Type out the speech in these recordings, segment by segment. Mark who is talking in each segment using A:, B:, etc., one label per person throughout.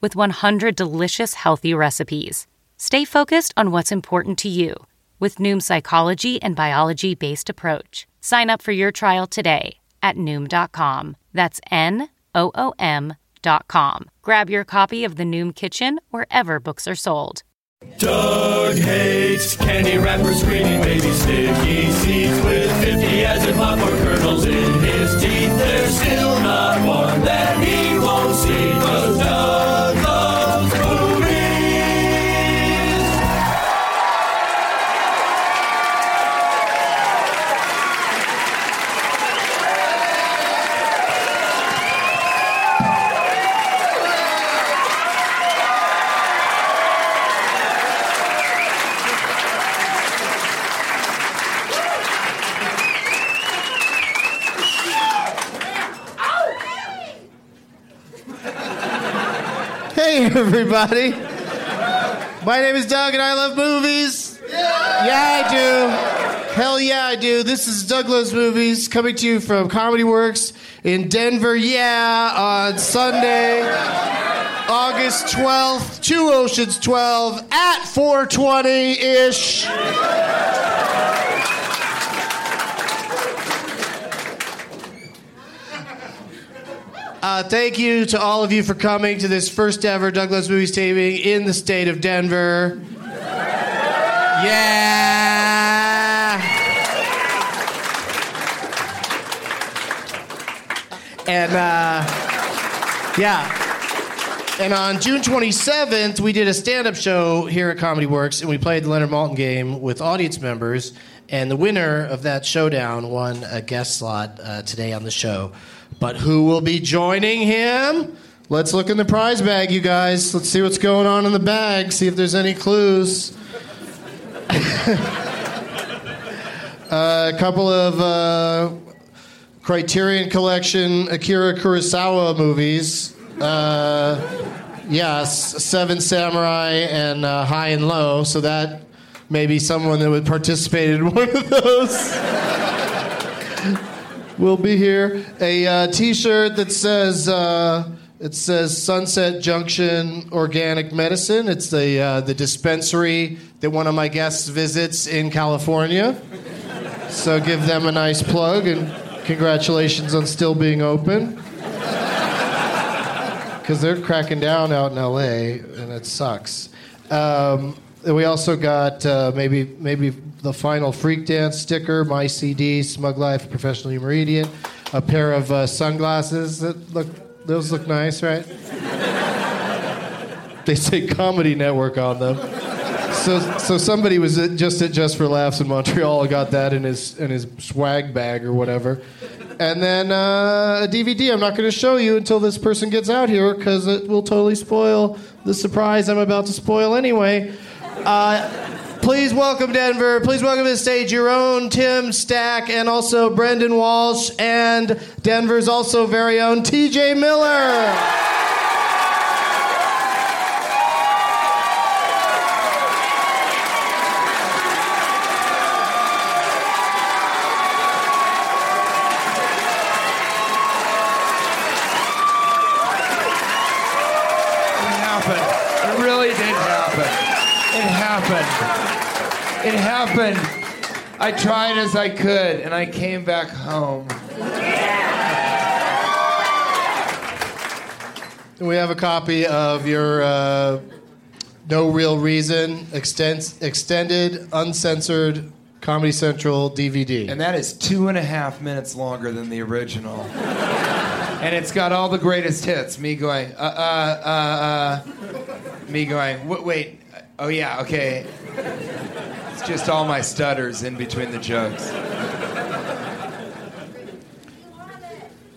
A: with 100 delicious healthy recipes. Stay focused on what's important to you with Noom's psychology and biology based approach. Sign up for your trial today at Noom.com. That's N O O M.com. Grab your copy of the Noom Kitchen wherever books are sold.
B: Doug hates candy wrappers, screaming baby sticky seeds with 50 as in popcorn kernels in his teeth. There's still not one that he won't see. 'cause Doug loves movies.
C: Hey, everybody. My name is Doug, and I love movies. Yeah, I do. Hell yeah, I do. This is Douglas Movies coming to you from Comedy Works in Denver, yeah, on Sunday, August 12th, Two Oceans 12, at 420 ish. Uh, thank you to all of you for coming to this first ever Douglas Movies taping in the state of Denver. Yeah. And uh, yeah. And on June 27th, we did a stand up show here at Comedy Works, and we played the Leonard Maltin game with audience members. And the winner of that showdown won a guest slot uh, today on the show. But who will be joining him? Let's look in the prize bag, you guys. Let's see what's going on in the bag, see if there's any clues. a couple of uh, Criterion Collection Akira Kurosawa movies. Uh, yeah, S- Seven Samurai and uh, High and Low. So that may be someone that would participate in one of those. will be here. A uh, T-shirt that says uh, it says Sunset Junction Organic Medicine. It's the uh, the dispensary that one of my guests visits in California. So give them a nice plug and congratulations on still being open. Because they're cracking down out in LA and it sucks. Um, and we also got uh, maybe maybe the final freak dance sticker, my CD, Smug Life, Professional Humoridian, a pair of uh, sunglasses that look those look nice, right? they say Comedy Network on them so so somebody was at, just at Just for Laughs in Montreal got that in his in his swag bag or whatever, and then uh, a DVD. I'm not going to show you until this person gets out here because it will totally spoil the surprise I'm about to spoil anyway. Uh, please welcome Denver. Please welcome to the stage your own Tim Stack and also Brendan Walsh and Denver's also very own T.J. Miller.
D: happened. It really did happen. It happened. It happened. I tried as I could, and I came back home.
C: We have a copy of your uh, No Real Reason extens- extended, uncensored Comedy Central DVD.
D: And that is two and a half minutes longer than the original. and it's got all the greatest hits. Me going, uh, uh, uh, uh. Me going, wait, wait. Oh, yeah, okay. It's just all my stutters in between the jokes.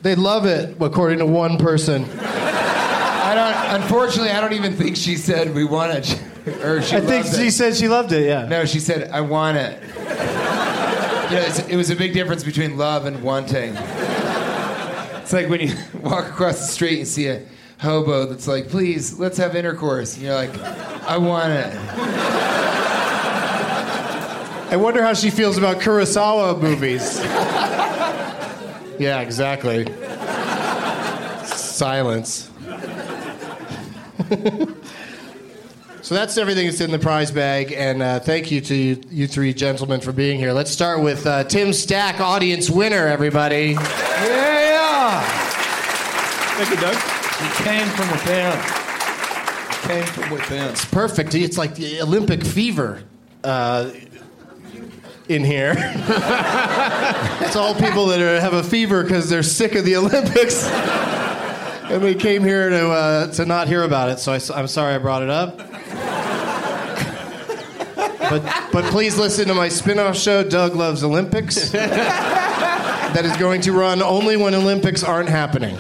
C: They love it, according to one person.
D: I don't, unfortunately, I don't even think she said we want it. Or she
E: I think
D: loves it.
E: she said she loved it. Yeah.
D: No, she said, I want it. you know, it's, it was a big difference between love and wanting. It's like when you walk across the street and see a hobo that's like, please, let's have intercourse. And you're like, I want it.
C: I wonder how she feels about Kurosawa movies. yeah, exactly. Silence. so that's everything that's in the prize bag, and uh, thank you to you, you three gentlemen for being here. Let's start with uh, Tim Stack, audience winner, everybody.
D: Yeah!
E: Thank you, Doug.
D: It came from within. It came from within.
C: It's perfect. It's like the Olympic fever uh, in here. it's all people that are, have a fever because they're sick of the Olympics. And we came here to, uh, to not hear about it, so I, am sorry I brought it up. but, but please listen to my spin off show, Doug Loves Olympics, that is going to run only when Olympics aren't happening.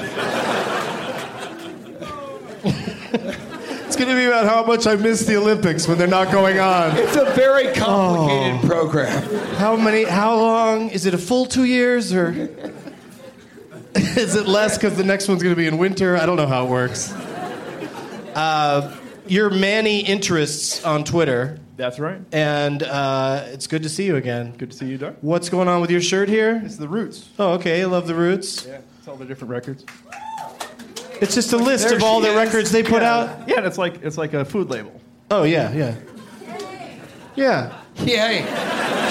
C: it's going to be about how much I miss the Olympics when they're not going on.
D: It's a very complicated
E: Oh.
D: program.
C: How many? How long? Is it a full two years or is it less because the next one's going to be in winter? I don't know how it works. Uh, your Manny interests on Twitter,
E: That's right.
C: and uh, it's good to see you again.
E: Good to see you, Doug.
C: What's going on with your shirt here?
E: It's the Roots.
C: Oh, okay. I love the Roots.
E: Yeah, it's all the different records.
C: It's just a list
D: There
C: of all
D: she
C: the
D: is.
C: records they put
E: yeah.
C: out.
E: Yeah, and it's like it's like a food label.
C: Oh yeah, yeah, yeah.
D: Yay!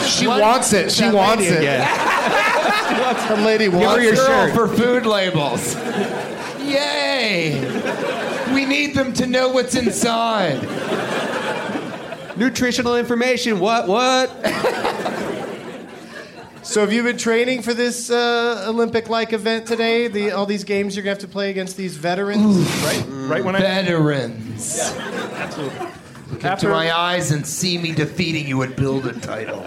C: She wants it. She
D: That
C: wants
D: lady
C: it. Yeah. Some lady wants
D: Give
C: it.
D: her for food labels. Yay! We need them to know what's inside. Nutritional information. What? What?
C: So have you been training for this uh, Olympic-like event today? The, all these games you're gonna have to play against these veterans,
E: Right, right when I
D: Veterans. Mm. Look
E: After-
D: into my eyes and see me defeating you at build a title.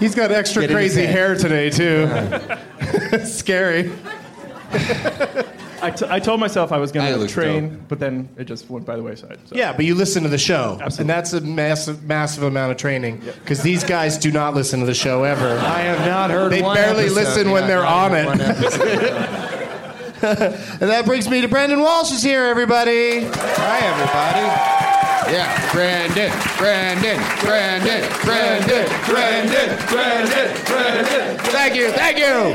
C: he's got extra
D: Get in his
C: crazy
D: head.
C: hair today too. Scary.
E: I, t- I told myself I was
D: I
E: going to
D: looked
E: train, but then it just went by the wayside. So.
C: Yeah, but you listen to the show,
E: Absolutely.
C: and that's a massive, massive amount of training because these guys do not listen to the show ever.
D: I have not heard.
C: They
D: one
C: barely
D: episode.
C: listen
D: Yeah,
C: when they're
D: not
C: on
D: even
C: it.
D: one episode.
C: And that brings me to Brandon Walsh is here, everybody.
D: Hi, everybody. Yeah, Brandon, Brandon, Brandon, Brandon, Brandon, Brandon, Brandon. Thank you, thank you.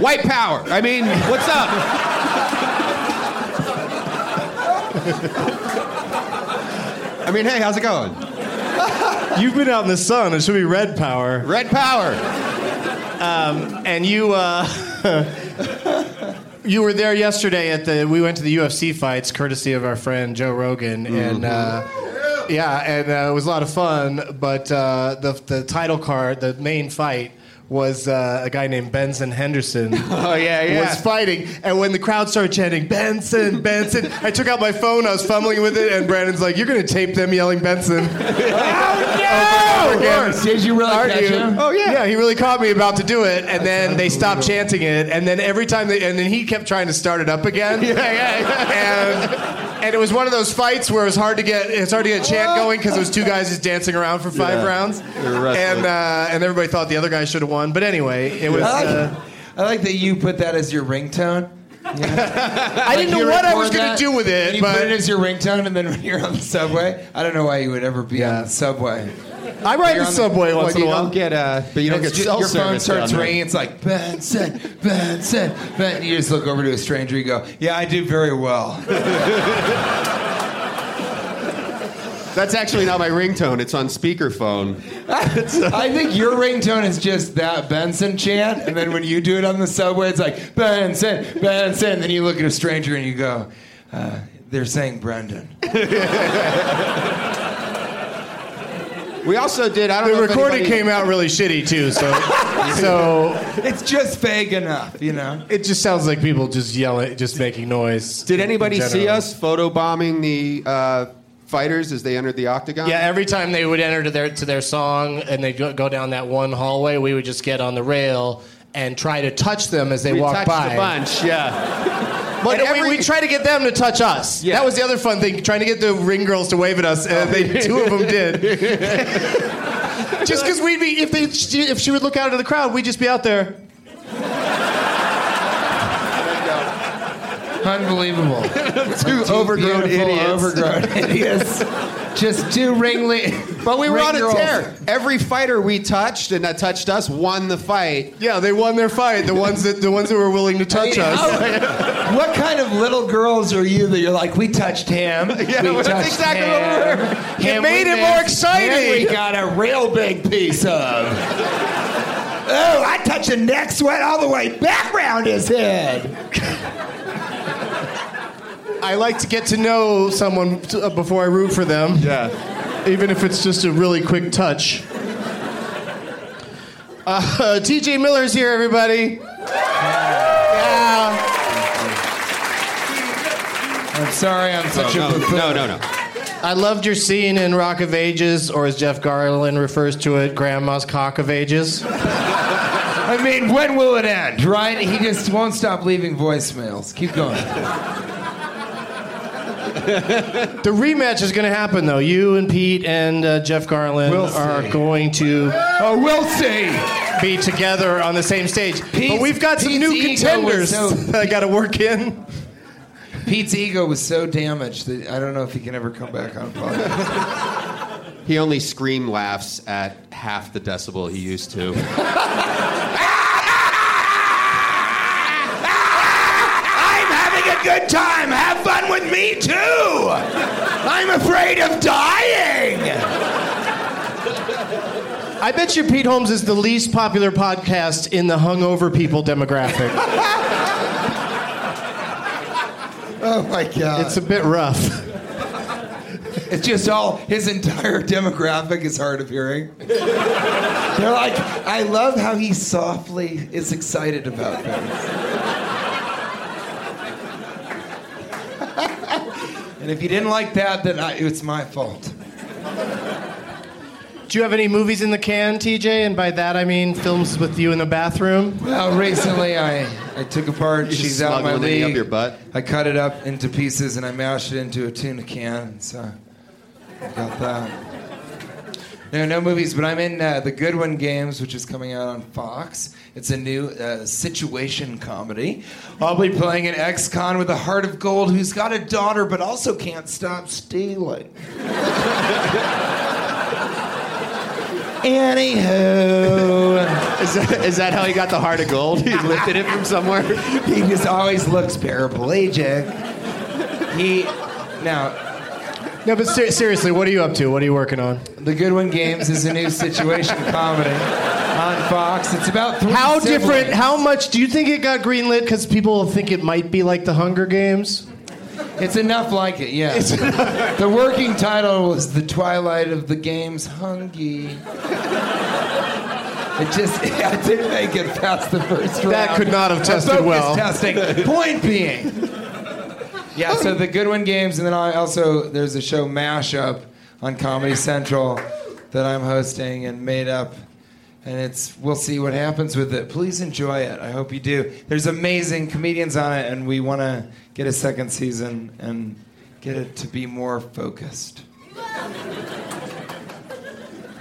D: White power. I mean, what's up? I mean, hey, how's it going?
C: You've been out in the sun. It should be red power. Um,
D: Red power.
C: and you uh, you were there yesterday at the we went to the UFC fights courtesy of our friend Joe Rogan and
D: Mm-hmm.
C: uh, yeah and uh, it was a lot of fun but uh, the the title card the main fight was uh, a guy named Benson Henderson
D: Oh yeah, yeah.
C: was fighting, and when the crowd started chanting Benson, Benson, I took out my phone. I was fumbling with it, and Brandon's like, "You're gonna tape them yelling Benson." oh no! Did you really catch him? Oh yeah, yeah. He really caught me about to do it, and then they stopped chanting it, and then every time they, and then he kept trying to start it up again. yeah, yeah. And, and it was one of those fights where it was hard to get it's hard to get a chant going because it was two guys just dancing around for five
F: Yeah.
C: rounds,
F: They were wrestling.
C: and uh, and everybody thought the other guy should have won. But anyway, it was.
D: I
C: Uh,
D: like, I like that you put that as your ringtone.
C: I didn't know
D: You
C: what I
D: record
C: was going
D: that,
C: to do with
D: and
C: it,
D: you put
C: but
D: it as your ringtone, and then when you're on the subway, I don't know why you would ever be on the subway.
C: I ride the subway once in a
D: you
C: while.
D: Don't get, uh,
F: But you don't
D: it's
F: get
D: ju-
F: cell
D: Your phone
F: service down
D: starts
F: there.
D: ringing. It's like Benson, Benson, Benson. You just look over to a stranger. You go, "Yeah, I do very well."
F: That's actually not my ringtone. It's on speakerphone.
D: I think your ringtone is just that Benson chant, and then when you do it on the subway, it's like Benson, Benson. then you look at a stranger and you go, uh, "They're saying Brendan."
F: We also did. I don't
C: the
F: know. if
C: recording
F: anybody-
C: came out really shitty too, so so
D: It's just vague enough, you know.
C: it just sounds like people just yelling, just making noise.
F: Did
C: in
F: anybody see
C: general.
F: us photobombing the uh, fighters as they entered the octagon?
C: Yeah, every time they would enter to their to their song and they go, go down that one hallway, we would just get on the rail and try to touch them as they
F: we
C: walk
F: touched
C: by.
F: a bunch. Yeah.
C: But
F: And
C: we-
F: every-
C: we, try to get them to touch us.
F: Yeah.
C: That was the other fun thing, trying to get the ring girls to wave at us, and they, two of them did. just because we'd be, if, they, if she would look out into the crowd, we'd just be out there.
D: Unbelievable.
F: Two overgrown
D: Beautiful,
F: idiots.
D: Overgrown idiots. Just two ringling.
F: But we were
D: ring
F: on a
D: girls.
F: tear. Every fighter we touched and that touched us won the fight.
C: Yeah, they won their fight. The ones that the ones that were willing to touch us.
D: How- what kind of little girls are you that you're like, we touched him?
F: Yeah,
D: we
F: well, that's
D: touched
F: exactly
D: him,
F: what we were.
D: him
C: It made
D: we
C: it more
D: missed,
C: exciting."
D: him we got a real big piece of. Oh, I touched the neck sweat all the way back round his head.
C: I like to get to know someone t- uh, before I root for them. Yeah. Even if it's just a really quick touch. Uh, TJ Miller's here, everybody. Yeah.
D: I'm sorry, I'm such
F: Oh, No,
D: a buffoon.
F: no, no, no.
C: I loved your scene in Rock of Ages, or as Jeff Garland refers to it, Grandma's Cock of Ages.
D: I mean, when will it end, right? He just won't stop leaving voicemails. Keep going.
C: The rematch is going to happen, though. You and Pete and uh, Jeff Garland
D: We'll see.
C: are going to
D: Oh, we'll see.
C: be together on the same stage.
D: Pete's-
C: but we've got some
D: Pete's
C: new
D: ego
C: contenders
D: was so-
C: that I got to work in.
D: Pete's ego was so damaged that I don't know if he can ever come back on podcast.
F: He only scream laughs at half the decibel he used to.
D: I'm having a good time. Have fun with me too. I'm afraid of dying.
C: I bet you Pete Holmes is the least popular podcast in the hungover people demographic.
D: Oh my god!
C: it's a bit rough.
D: It's just all his entire demographic is hard of hearing. They're like, I love how he softly is excited about things. and if you didn't like that, then I, it's my fault.
C: Do you have any movies in the can, TJ? And by that I mean films with you in the bathroom.
D: Well, recently I, I took apart.
F: just
D: She's out my
F: smuggling it
D: league.
F: up your butt?
D: I cut it up into pieces and I mashed it into a tuna can. So I got that. No, no movies, but I'm in uh, the Goodwin Games, which is coming out on Fox. It's a new uh, situation comedy. I'll be playing an ex-con with a heart of gold who's got a daughter but also can't stop stealing. Anywho,
F: Is that, is that how he got the heart of gold? He lifted it from somewhere?
D: he just always looks paraplegic. He now.
C: No, but ser- seriously, what are you up to? What are you working on?
D: The Goodwin Games is a new situation comedy on Fox. It's about three
C: How
D: siblings.
C: different? How much do you think it got greenlit? Because people think it might be like the Hunger Games.
D: It's enough like it, yeah. the working title was The Twilight of the Games Hungy. It just, I didn't make it past the first round.
C: That could not have
D: of
C: tested
D: focus
C: well.
D: testing. Point being. Yeah, so the Goodwin Games, and then I also, there's a show Mashup on Comedy Central that I'm hosting and made up. And it's, we'll see what happens with it. Please enjoy it. I hope you do. There's amazing comedians on it, and we want to get a second season and get it to be more focused.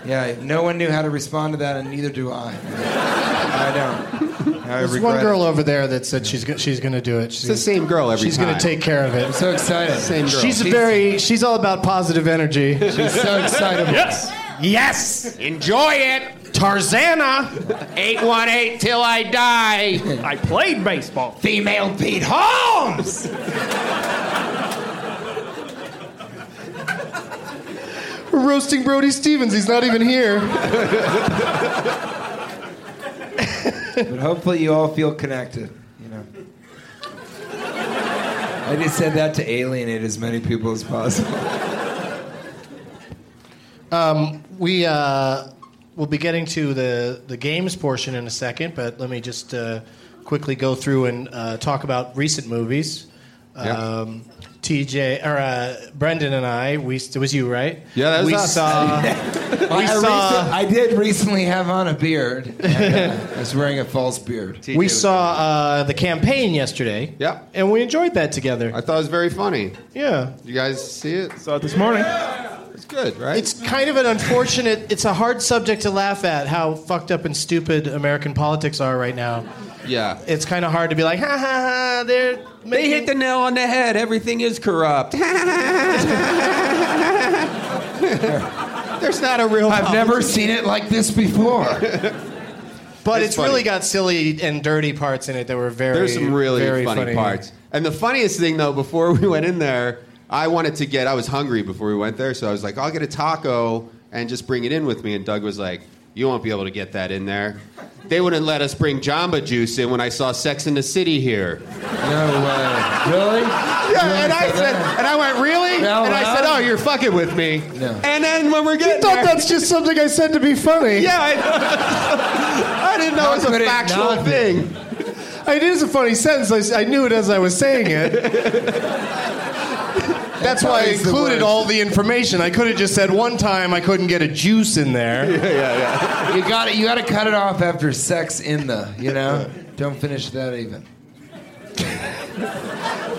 D: Yeah, no one knew how to respond to that, and neither do I. I don't. I
C: There's
D: regret
C: one
D: it.
C: girl over there that said she's go- she's going to do it. She's
F: It's the same girl every
C: she's
F: time.
C: going to take care of it.
D: So excited.
F: Same girl.
C: She's very. She's all about positive energy.
D: She's so excitable.
E: Yes.
C: yes,
E: Enjoy it.
C: Tarzana.
D: 818 till I die.
E: I played baseball.
D: Female Pete Holmes.
C: We're roasting Brody Stevens. He's not even here.
D: But hopefully you all feel connected, you know. I just said that to alienate as many people as possible.
C: We uh, will be getting to the the games portion in a second, but let me just uh, quickly go through and uh, talk about recent movies. Um, TJ or uh, Brendan and I, we it was you, right?
F: Yeah, that was
C: we
F: us.
C: saw.
D: I,
C: saw-
D: recent- I did recently have on a beard. And, uh, I was wearing a false beard.
C: We saw uh, the campaign yesterday.
F: Yeah.
C: And we enjoyed that together.
F: I thought it was very funny.
C: yeah.
F: You guys see it?
E: Saw it this morning.
F: It's good, right?
C: It's kind of an unfortunate, it's a hard subject to laugh at how fucked up and stupid American politics are right now.
F: yeah.
C: It's kind of hard to be like, ha ha ha, they're.
F: They
C: making-
F: hit the nail on the head. Everything is corrupt. There's not a real.
D: I've never seen it like this before.
C: But
F: It's
C: it's
F: funny.
C: really got silly and dirty parts in it that were very.
F: There's some really
C: very
F: funny, parts. And the funniest thing though, before we went in there, I wanted to get. I was hungry before we went there, so I was like, I'll get a taco and just bring it in with me. And Doug was like, You won't be able to get that in there. They wouldn't let us bring Jamba Juice in when I saw Sex in the City here.
D: No way. Really?
F: Yeah, and I said, and I went, really?
D: No,
F: and I said,
D: no.
F: oh, you're fucking with me.
D: No.
F: And then when we're getting
C: You thought
F: there-
C: that's just something I said to be funny.
F: yeah, I, I didn't know
D: How
F: it was
D: could
F: a
D: it
F: factual
D: not be?
F: thing.
C: It is a funny sentence. I s- I, knew it as I was saying it. That's why I
D: That is the
C: included
D: worst.
C: all the information. I could have just said one time I couldn't get a juice in there.
D: You got You got to cut it off after sex in the. You know, don't finish that even.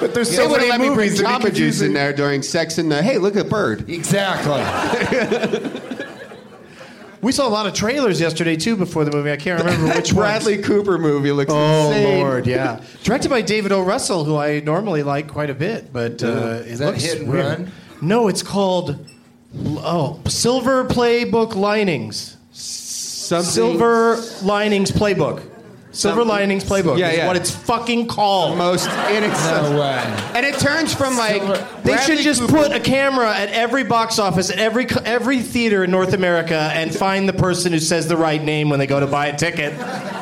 C: But there's
F: They
C: so
F: would
C: many
F: let me bring
C: movies that be
F: Jamba Juice in
C: confusing.
F: there during sex and the, hey, look at Bird.
D: Exactly.
C: We saw a lot of trailers yesterday too before the movie. I can't remember which
F: Bradley
C: ones.
F: Cooper movie looks
C: Oh
F: insane.
C: Lord, yeah. Directed by David O. Russell, who I normally like quite a bit, but uh, it
D: Is that
C: looks
D: Hit and
C: weird.
D: Run?
C: No, it's called oh Silver Playbook Linings.
F: Something-
C: Silver Linings Playbook. Silver
F: Something-
C: Linings Playbook
F: Yeah,
C: is
F: yeah.
C: what it's fucking called.
F: Most inaccessible.
D: No way.
F: And it turns from like
D: Silver-
C: They
F: Bradley
C: should just
F: Cooper-
C: put a camera at every box office, at every co- every theater in North America, and find the person who says the right name when they go to buy a ticket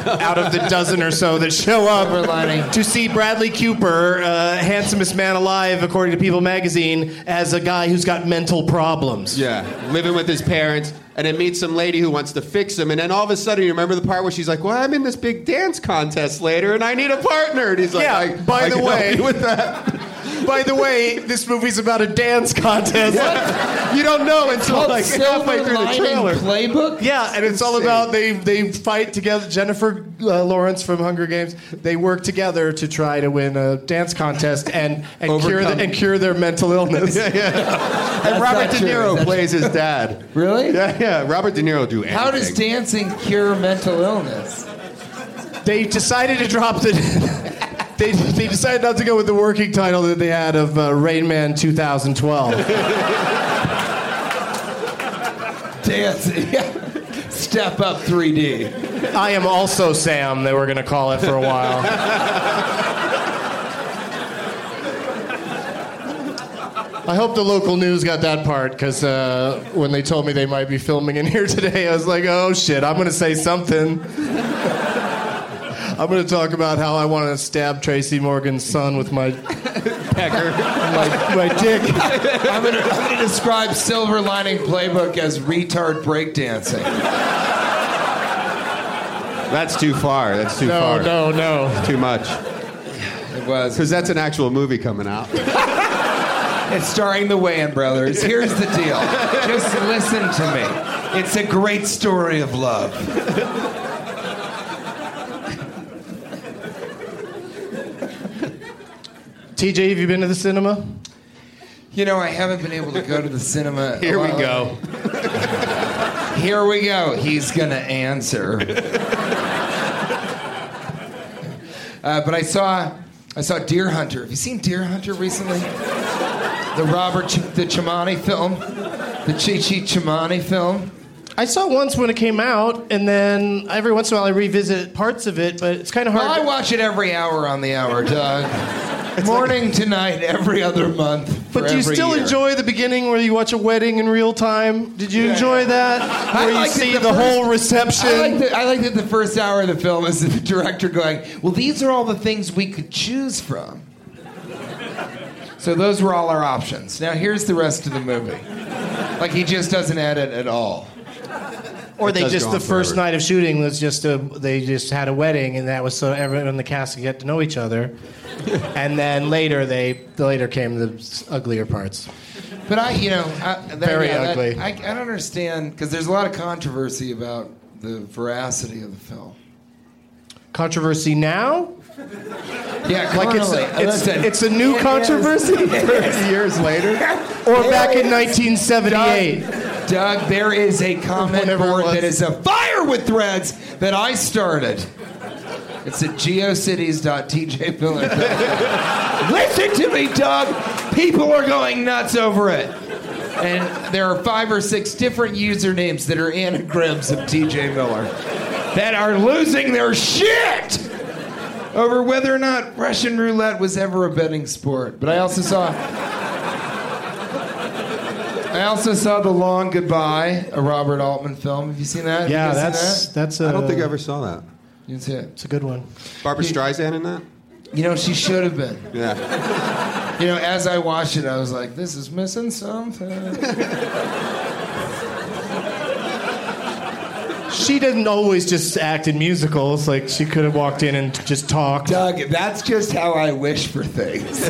C: out of the dozen or so that show
D: Silver lining.
C: up to see Bradley Cooper, uh, handsomest man alive according to People Magazine, as a guy who's got mental problems.
F: Yeah, living with his parents, and then meets some lady who wants to fix him, and then all of a sudden, you remember the part where she's like, "Well, I'm in this big dance contest later, and I need a partner," and he's like,
C: Yeah,
F: I,
C: by
F: I
C: the
F: can
C: way-
F: help you with that."
G: By the way, this movie's about a dance contest. You don't know
F: Oh
G: until like halfway through the trailer.
C: Playbook. Yeah, and it's all about they they fight together. Jennifer uh, Lawrence from Hunger Games. They work together to try to win a dance contest and and cure the,
G: Overcome.
C: and cure their mental illness.
F: yeah, yeah. And Robert
D: not
F: De
D: true.
F: Niro
D: That's-
F: plays his dad.
D: Really?
F: Yeah, yeah. Robert De Niro do anything.
D: How does dancing cure mental illness?
C: They decided to drop the. They, they decided not to go with the working title that they had of uh, Rain Man 2012.
D: Dancing. Yeah. Step up 3D.
C: I am also Sam. They were going to call it for a while. I hope the local news got that part because uh, when they told me they might be filming in here today, I was like, oh shit, I'm going to say something. I'm going to talk about how I want to stab Tracy Morgan's son with my my, my dick.
D: I'm gonna, I'm gonna describe Silver Lining Playbook as retard breakdancing.
F: That's too far. That's too
C: No,
F: far.
C: no, no.
F: Too much.
D: It was.
F: Because that's an actual movie coming out.
D: It's starring the Wayan brothers. Here's the deal. Just listen to me. It's a great story of love.
C: TJ, have you been to the cinema?
D: You know, I haven't been able to go to the cinema.
C: Here we go.
D: Well, Here we go. He's going to answer. Uh, but I saw I saw Deer Hunter. Have you seen Deer Hunter recently? The Robert Ch- the Chimani film, the Chi Chi Chimani film.
C: I saw it once when it came out, and then every once in a while I revisit parts of it, but it's kind of hard.
D: Well, I watch it every hour on the hour, Doug. Morning to night, every other month. for
C: but do you
D: every
C: still
D: year.
C: enjoy the beginning where you watch a wedding in real time? Did you enjoy that?
D: I
C: Where you
D: liked it
C: see
D: the
C: the,
D: first-
C: whole reception?
D: I like, that, I like that the first hour of the film is the director going, Well, these are all the things we could choose from. So those were all our options. Now here's the rest of the movie. Like he just doesn't edit at all.
C: or they
F: does
C: just
F: go
C: the
F: on
C: first
F: forever.
C: night of shooting was just a they just had a wedding, and that was so everyone in the cast could get to know each other. and then later they later came the s- uglier parts.
D: But I, you know, I, that,
C: Very
D: yeah, that-
C: ugly.
D: I, I don't understand because there's a lot of controversy about the veracity of the film.
C: Controversy now?
D: Yeah,
C: Like it's
D: carnally.
C: a, it's,
D: Listen,
C: it's a new
D: it
C: controversy years later, or back in 1978.
D: Doug, Doug, there is a comment
C: Whatever it
D: board
C: was.
D: that is a fire with threads that I started. It's at geocities.tjpiller.com. Listen to me, Doug. People are going nuts over it. And there are five or six different usernames that are anagrams of TJ Miller that are losing their shit over whether or not Russian roulette was ever a betting sport. But I also saw I also saw The Long Goodbye, a Robert Altman film. Have you seen that?
C: Yeah,
D: you guys seen
C: that's
D: that?
C: that's a.
F: I don't think I ever saw that.
D: You didn't see it.
C: It's a good one.
F: Barbara Streisand in that?
D: You know, she should have been.
F: Yeah.
D: You know, as I watched it, I was like, this is missing something.
C: She didn't always just act in musicals. Like she could have walked in and just talked.
D: Doug, that's just how I wish for things.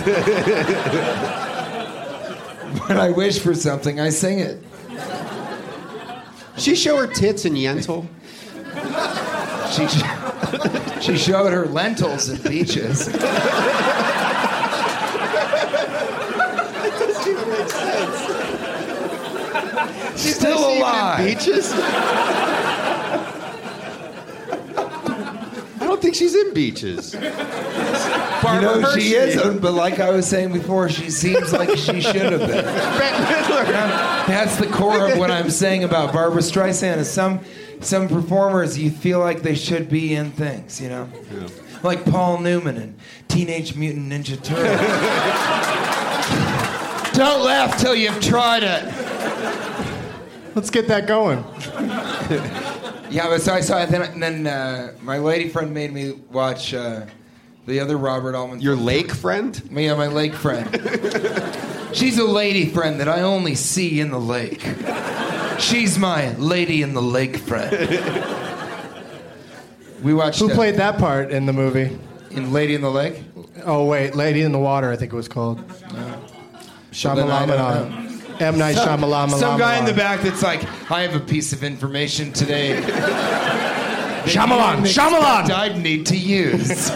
D: when I wish for something, I sing it.
F: She show her tits in Yentl.
D: She, she showed her lentils and peaches. Still alive.
F: Beaches? I don't think she's in beaches.
D: You
F: Barbara
D: know, she
F: Hershey.
D: isn't, but like I was saying before, she seems like she should have been. That's the core of what I'm saying about Barbara Streisand. Is some some performers you feel like they should be in things, you know, like Paul Newman and Teenage Mutant Ninja Turtles. Don't laugh till you've tried it.
C: Let's get that going.
D: Yeah, but so I saw it. Then, and then uh, my lady friend made me watch uh, the other Robert Altman.
F: Your lake friend?
D: Yeah, my lake friend. She's a lady friend that I only see in the lake. She's my lady in the lake friend. We watched
C: Who
D: uh,
C: played that part in the movie?
D: in Lady in the Lake.
C: Oh wait, Lady in the Water, I think it was called.
D: then I don't
C: Shyamalan. M Night Shyamalan.
D: Some guy in the back that's like, I have a piece of information today. that you
C: Shyamalan,
D: didn't
C: Shyamalan."
D: expect I'd need to use.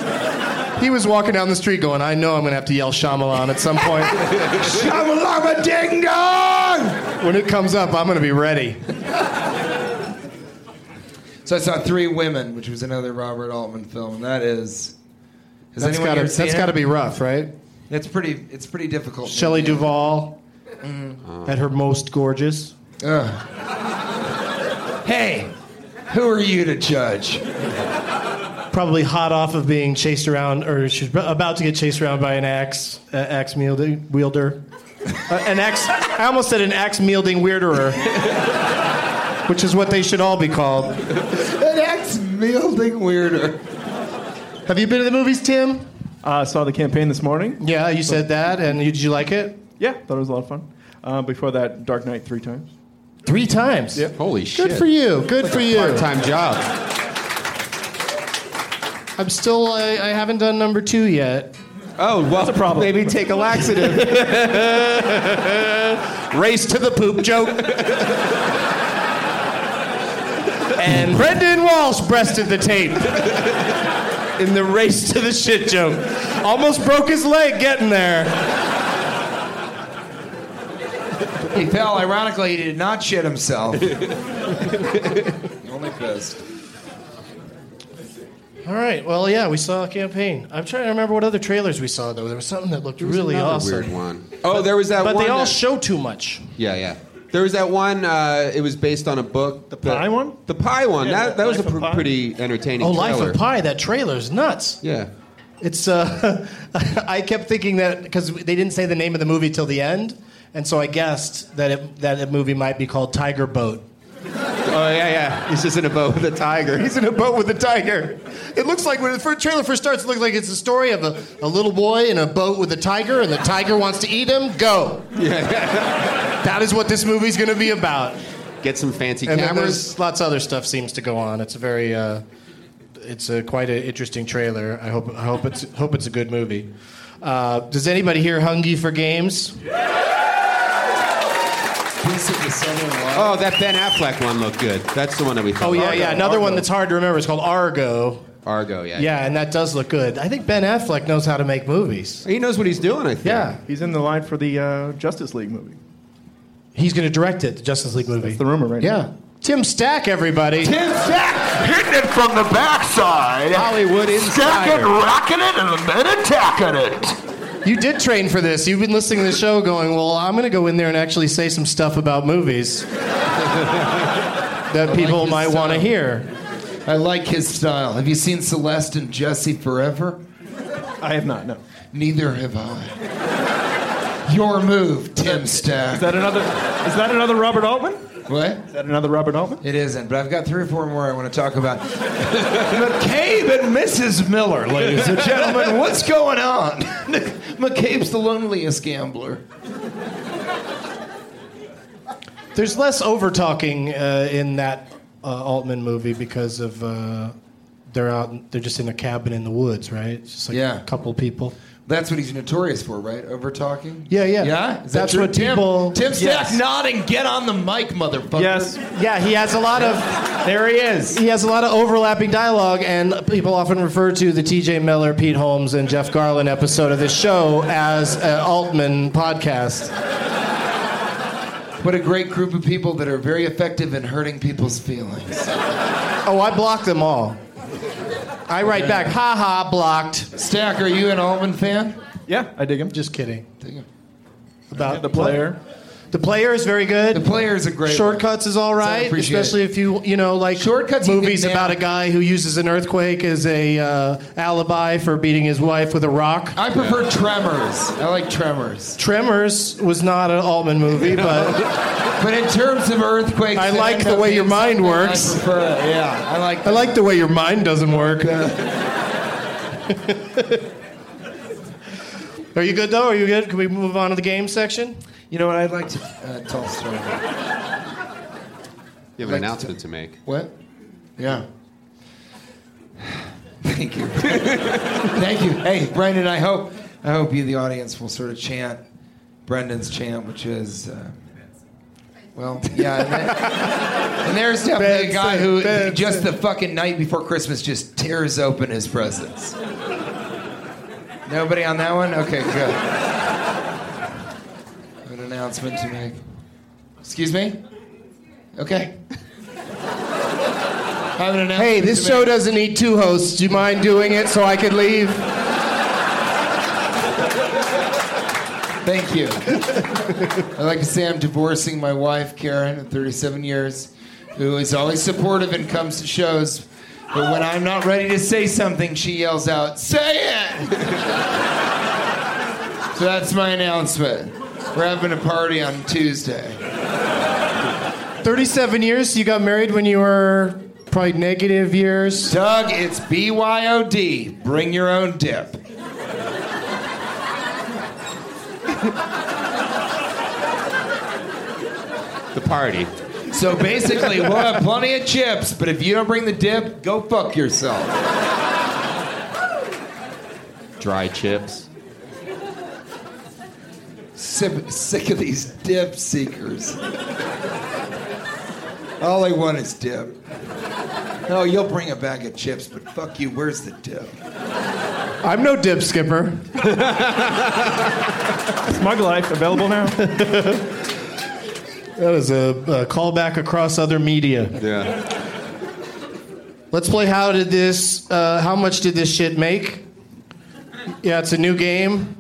C: He was walking down the street going, I know I'm going to have to yell Shyamalan at some point.
D: Shamalama ding dong!
C: when it comes up, I'm going to be ready.
D: So I saw Three Women, which was another Robert Altman film. That is. Has
C: That's
D: anyone
C: got to
D: here seen
C: that's
D: it?
C: got to be rough, right?
D: That's pretty. It's pretty difficult.
C: Shelley Duvall
D: Mm-hmm.
C: at her most gorgeous.
D: Hey, who are you to judge?
C: Probably hot off of being chased around, or she's about to get chased around by an axe uh, axe wielder. wielder. Uh, an axe. I almost said an axe wielding weirderer, which is what they should all be called.
D: An ex melding weirder.
C: Have you been to the movies, Tim?
E: Uh, saw the campaign this morning.
C: Yeah, you said that, and you, did you like it?
E: Yeah, thought it was a lot of fun. Uh, before that, Dark Knight three times.
C: Three times.
F: Holy shit.
C: Good for you. Good for you.
F: Part-time job.
C: I'm still. I, I haven't done number two yet.
F: Oh, well,
E: a problem.
F: maybe take a laxative.
C: Race to the poop joke. and Brendan Walsh breasted the tape in the race to the shit joke. Almost broke his leg getting there.
D: He fell. Ironically, he did not shit himself. Only pissed.
C: All right. Well, yeah, we saw a campaign. I'm trying to remember what other trailers we saw though. There was something that looked really
F: Another
C: awesome.
F: Weird one. Oh, there was that
C: But
F: one.
C: they all
F: that-
C: show too much.
F: yeah, yeah. There was that one. Uh, it was based on a book. The
E: Pie one?
F: The pie one.
E: Yeah,
F: that that was a
E: Life of
F: pr-
E: Pi.
F: pretty entertaining.
C: Oh, Life
F: trailer.
C: of Pi, that trailer's nuts.
F: Yeah.
C: It's uh, I kept thinking that because they didn't say the name of the movie till the end, and so I guessed that it, that the movie might be called Tiger Boat.
F: Oh yeah, yeah. He's just in a boat with a tiger.
C: He's in a boat with a tiger. It looks like when the first trailer first starts, it looks like it's a story of a, a little boy in a boat with a tiger, and the tiger wants to eat him. Go. that is what this movie's going to be about.
F: Get some fancy
C: And then
F: cameras.
C: there's lots of other stuff seems to go on. It's a very, uh, it's a quite an interesting trailer. I hope I hope it's hope it's a good movie. Uh, does anybody here hungry for games?
D: Piece of the southern wild.
F: Oh, that Ben Affleck one looked good. That's the one that we thought.
C: Oh yeah,
F: Argo,
C: yeah. Another one
F: Argo.
C: that's hard to remember. It's called Argo.
F: Argo. Yeah.
C: Yeah, and that does look good. I think Ben Affleck knows how to make movies.
F: He knows what he's doing. I think.
C: Yeah,
E: He's in the line for the uh, Justice League movie.
C: he's going to direct it, the Justice League movie.
E: That's the rumor right
C: Yeah. Tim Stack, everybody.
D: Tim Sack hitting it from the backside.
F: Hollywood
D: Stacking,
F: insider.
D: rocking it, and then attacking it.
C: You did train for this. You've been listening to the show going, well, I'm going to go in there and actually say some stuff about movies that people
D: his
C: might want to
D: style.
C: hear.
D: I like his style. Have you seen Celeste and Jesse Forever?
E: now. I have not. No.
D: Neither have I. Your move, Tim Stack.
E: Is that another? Is that another Robert Altman? Is
D: what?
E: that another Robert Altman?
D: It isn't, but I've got three or four more I want to talk about. McCabe and Mrs. Miller, ladies and gentlemen, what's going on? McCabe's the loneliest gambler.
C: There's less over talking uh, in that uh, Altman movie because of uh, they're out, they're just in a cabin in the woods, right? It's just like
D: Yeah.
C: a couple people.
D: That's what he's notorious for, right? Over talking.
C: Yeah, yeah.
D: Yeah,
C: That's
D: Is that true?
C: what people-
D: Tim, Tim Stack,
E: Yes.
D: nod and get on the mic, motherfucker.
E: Yes.
C: Yeah, he has a lot of
E: There he is.
C: he has a lot of overlapping dialogue, and people often refer to the T.J. Miller, Pete Holmes, and Jeff Garlin episode of this show as an Altman podcast.
D: What a great group of people that are very effective in hurting people's feelings.
C: Oh, I blocked them all. I write back, ha ha, blocked.
D: Stack, are you an Almond fan?
E: Yeah, I dig him.
C: Just kidding.
E: About the player.
C: The player is very good.
D: The player is a great.
C: Shortcuts is all
D: I
C: right,
D: appreciate
C: especially if you you know like
D: Shortcuts you
C: movies
D: can nail.
C: about a guy who uses an earthquake as a uh, alibi for beating his wife with a rock.
D: One. I prefer Tremors. I like Tremors.
C: Tremors was not an Altman movie, but
D: But in terms of earthquakes,
C: I
D: they
C: like
D: end
C: the
D: up
C: way your
D: being
C: mind
D: something I
C: works.
D: prefer. Yeah, I like.
C: I like the way your mind doesn't work. Are you good though? Are you good? Can we move on to the game section?
D: You know what? I'd like to uh, tell a story.
F: You have an announcement to make.
D: What? Yeah. Thank you. Thank you. Hey, Brendan, I hope I hope you, the audience, will sort of chant Brendan's chant, which is. Uh, well, yeah, and, there- and there's definitely a guy who just the fucking night before Christmas just tears open his presents. Nobody on that one? Okay, good. An announcement to make. Excuse me? Okay. Have an announcement
C: Hey, this
D: to make.
C: show doesn't need two hosts. Do you mind doing it so I could leave?
D: Thank you. I'd like to say I'm divorcing my wife, Karen, of 37 years, who is always supportive and comes to shows. But when I'm not ready to say something, she yells out, Say it! so that's my announcement. We're having a party on Tuesday.
C: 37 years, you got married when you were probably negative years.
D: Doug, it's BYOD. Bring your own dip.
F: The party.
D: So basically, we'll have plenty of chips, but if you don't bring the dip, go fuck yourself.
F: Dry chips.
D: Sip, sick of these dip seekers. All I want is dip. No, you'll bring a bag of chips, but fuck you, where's the dip?
C: I'm no dip skipper.
E: Smug Life available now.
C: That is a, a callback across other media.
F: Yeah.
C: Let's play. How did this? Uh, how much did this shit make? Yeah, it's a new game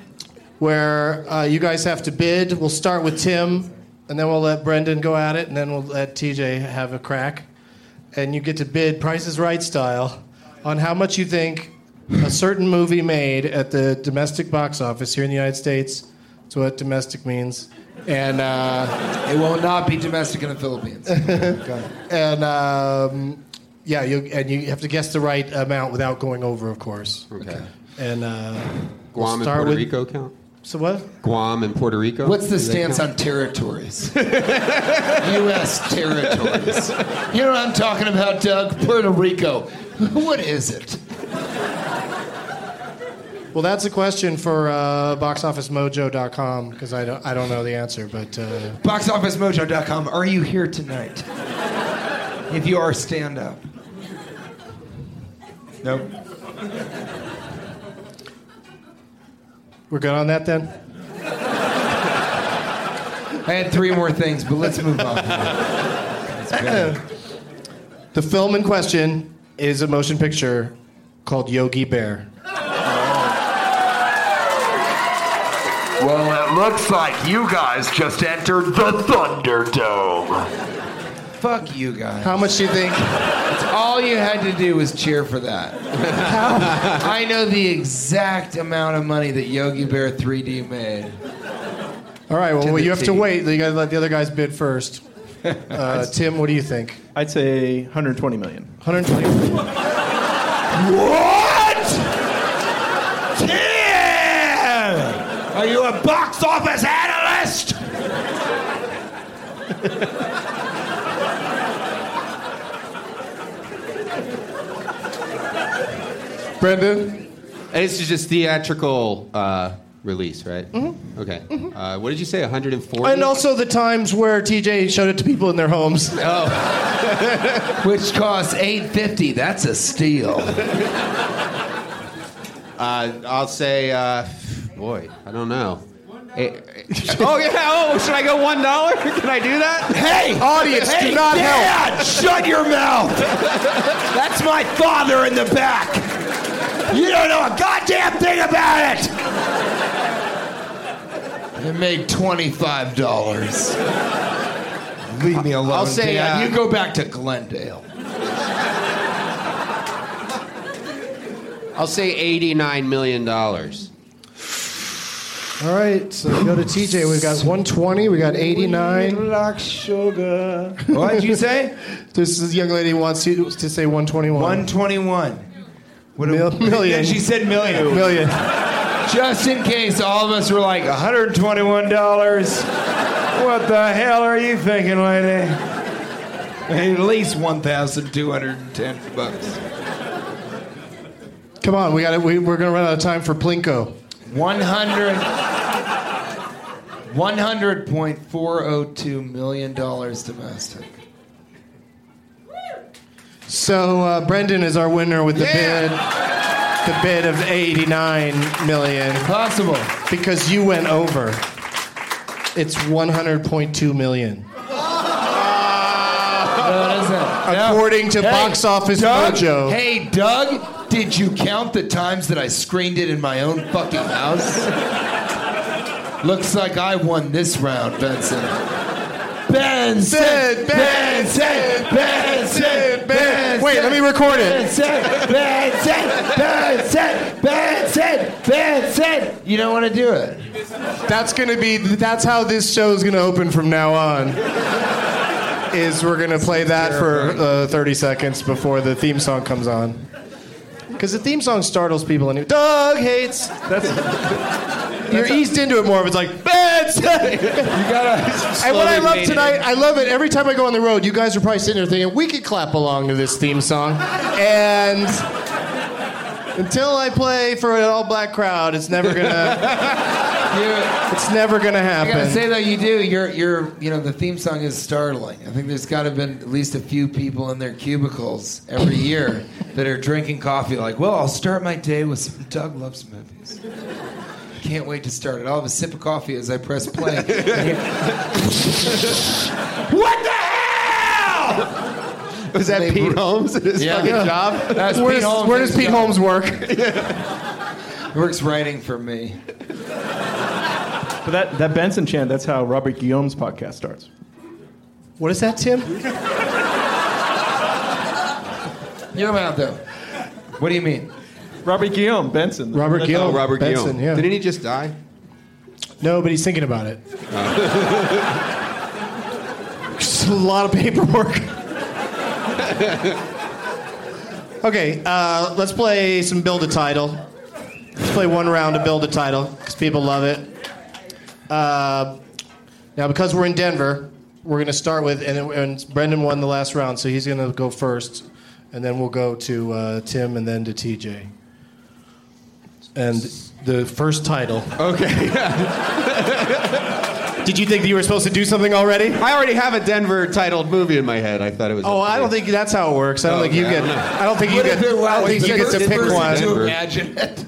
C: where uh, you guys have to bid. We'll start with Tim, and then we'll let Brendan go at it, and then we'll let TJ have a crack. And you get to bid, Price is Right style, on how much you think a certain movie made at the domestic box office here in the United States. That's what domestic means. And. Uh,
D: It will not be domestic in the Philippines.
C: and um, yeah, you and you have to guess the right amount without going over, of course.
F: Okay.
C: And uh, we'll
F: Guam and
C: start
F: Puerto
C: with-
F: Rico count?
C: So what?
F: Guam and Puerto Rico?
D: What's the
F: Do they
D: stance
F: count?
D: on territories? U.S. territories. You know what I'm talking about, Doug? Puerto Rico. What is it?
C: Well, that's a question for uh, boxofficemojo.com because I don't I don't know the answer, but uh,
D: BoxOfficeMojo.com. Are you here tonight? If you are, stand up. Nope.
C: we're good on that then.
D: I had three more things, but let's move on. It's bad.
C: The film in question is a motion picture called Yogi Bear.
B: Well, it looks like you guys just entered the Thunderdome.
D: Fuck you guys.
C: How much do you think?
D: All you had to do was cheer for that. I know the exact amount of money that Yogi Bear 3D made.
C: All right, well,
D: To the
C: you have to
D: T.
C: wait. You gotta let the other guys bid first. Uh, Tim, what do you think?
E: I'd say 120 million.
C: 120.
H: What? Damn! Are you a box office analyst?
C: Brendan,
F: And this is just theatrical uh, release, right? Mm-hmm. Okay. Uh, what did you say? 140?
C: and also the times where TJ showed it to people in their homes.
D: Which costs 850. That's a steal.
F: Uh, I'll say, uh, boy, I don't know. Eh, eh, oh yeah! Oh, should I go one dollar? Can I do that?
H: Hey!
C: Audience, do
H: hey,
C: not
H: Dad, Shut your mouth! That's my father in the back! You don't know a goddamn thing about it!
D: It made twenty-five dollars. Leave me alone.
F: I'll say,
D: Dan.
F: uh,
D: you go back to Glendale.
F: I'll say eighty-nine million dollars.
C: All right, so we go to TJ. We've got 120, we got 89.
D: Black
E: Uh,
D: sugar. What'd you say?
C: This is- young lady wants you to say 121.
D: One twenty-one. What a-
C: Mil- million.
D: Yeah, she said million.
C: million.
D: Just in case all of us were like one hundred twenty-one dollars. What the hell are you thinking, lady? At least one thousand two hundred and ten bucks.
C: Come on, we got to We, we're gonna run out of time for Plinko.
D: 100 $100.402 million domestic.
C: So uh, Brendan is our winner with the bid, the bid of eighty-nine million.
D: Possible.
C: Because you went over. It's one hundred point two million,
D: No, it isn't. No.
C: according to
D: Hey,
C: Box Office
D: Doug,
C: Mojo.
D: Hey, Doug, did you count the times that I screened it in my own fucking house? Looks like I won this round, Benson. Benson, Benson, Benson, Benson, Benson.
C: Wait, let me record it.
D: Benson, Benson, Benson, Benson, Benson. You don't want to do it.
C: That's gonna be. That's how this show is gonna open from now on. Is we're gonna play that for uh, thirty seconds before the theme song comes on. Because the theme song startles people, and you- Doug hates.
E: That's,
C: You're eased into it more. If it's like bad.
D: You gotta.
C: And what I
D: slowly
C: love
D: fade it
C: tonight, I love it. Every time I go on the road, you guys are probably sitting there thinking, we could clap along to this theme song. And until I play for an all black crowd, it's never gonna
D: in. You-
C: it's never gonna
D: I gotta say
C: happen.
D: though, you do. You're, you're, you know, the theme song is startling. I think there's got to have been at least a few people in their cubicles every year that are drinking coffee. Like, well, I'll start my day with some Doug Loves movies. Can't wait to start it. I'll have a sip of coffee as I press play. what the hell?
F: Was that
D: They
F: Pete
D: br-
F: Holmes at his
D: Yeah.
F: fucking
D: Yeah.
F: job?
D: That's
C: Where
D: Pete
C: does,
D: Holmes.
C: where does Pete Holmes work?
D: He works writing for me.
E: but that, that Benson chant, that's how Robert Guillaume's podcast starts.
C: What is that, Tim?
D: Hear him out though. What do you mean?
E: Robert Guillaume, Benson.
C: Robert Gill.
F: Oh, Robert
C: Benson,
F: Guillaume.
C: Yeah.
F: Didn't he just die?
C: No, but he's thinking about it. Just a lot of paperwork. okay, uh, let's play some build a title. Let's play one round of build a title because people love it. Uh, now, because we're in Denver, we're going to start with, and, and Brendan won the last round, so he's going to go first, and then we'll go to uh, Tim and then to TJ. And the first title.
F: Okay.
C: Did you think that you were supposed to do something already?
F: I already have a Denver titled movie in my head. I thought it was.
C: Oh,
F: up to
C: I
F: you.
C: don't think that's how it works. I don't
F: Oh,
C: think you
F: okay, I
C: get.
F: don't know.
C: I don't think you get. I don't think you get to pick one.
F: Denver.
D: Imagine it.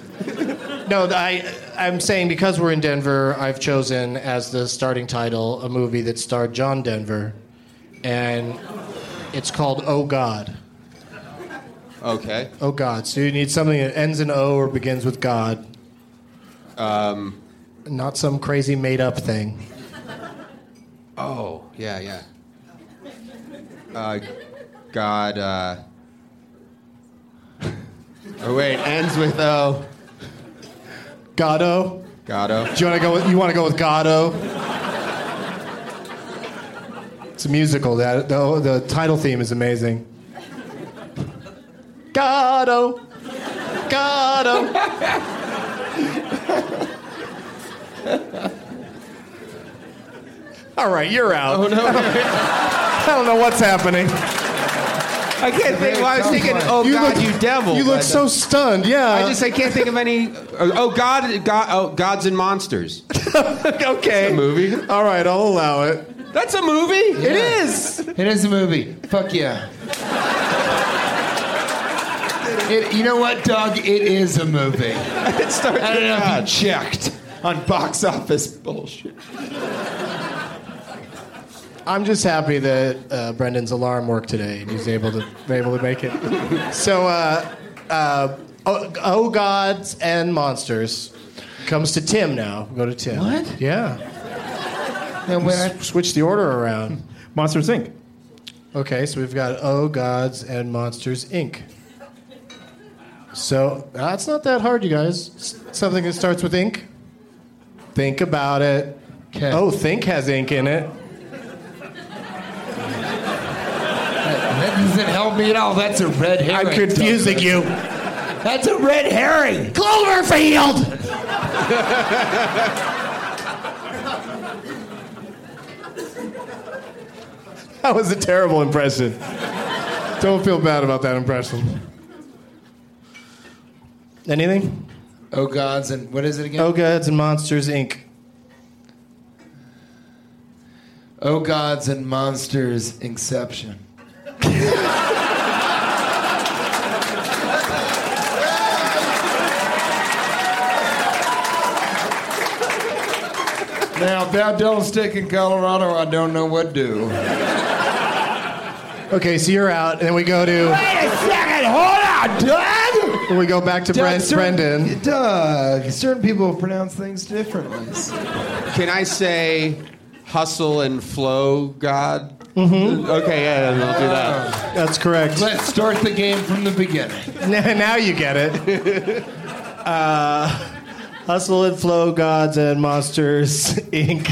C: No, I. I'm saying because we're in Denver, I've chosen as the starting title a movie that starred John Denver, and it's called Oh God.
F: Okay.
C: Oh God. So you need something that ends in O or begins with God. Um. Not some crazy made up thing.
F: Oh, yeah, yeah. Uh, God. Uh... Oh wait, ends with O.
C: Godo.
F: Godo.
C: Do you want to go with? You want to go with Gatto? It's a musical. That the, the title theme is amazing. Gatto, Gatto. All right, you're out. Oh no! I don't know what's happening.
H: I can't think. Well, I was thinking,
F: oh,
H: you
F: God, you devil.
C: You look so stunned. Yeah.
F: I just I can't think of any. Oh God, God, oh Gods and Monsters.
C: okay.
F: movie.
C: All right, I'll allow it.
F: That's a movie. It is.
D: It is a movie. Fuck yeah. It, you know what, Doug? It is a movie.
F: It starts.
D: I don't
F: with
D: know if you
F: God.
D: checked on box office bullshit.
C: I'm just happy that uh, Brendan's alarm worked today and he's able to able to make it. So, uh, uh, oh, oh gods and monsters comes to Tim now. Go to Tim.
D: What?
C: Yeah.
D: And when I,
C: Switch the order around.
E: Monsters Inc.
C: Okay, so we've got Oh Gods and Monsters Inc. So that's not that hard, you guys. S- Something that starts with ink. Think about it.
D: 'Kay.
C: Oh, think has ink in it.
D: that doesn't help me at all. That's a red herring.
C: I'm confusing you.
D: That's a red herring.
C: Cloverfield. that was a terrible impression. Don't feel bad about that impression. Anything?
D: Oh gods and what is it again?
C: Oh Gods and Monsters Inc.
D: Oh gods and monsters, Inception. now, if that don't stick in Colorado, I don't know what do.
C: Okay, so you're out, and then we go to
D: Wait a second, hold on, Doug.
C: we go back to Bren- Brendan.
D: Doug, certain people pronounce things differently.
F: Can I say hustle and flow, God?
C: Mm-hmm.
F: Okay, yeah, then I'll do that.
C: That's correct.
D: Let's start the game from the beginning.
C: Now, now you get it. Uh, Hustle and Flow, Gods and Monsters, Inc.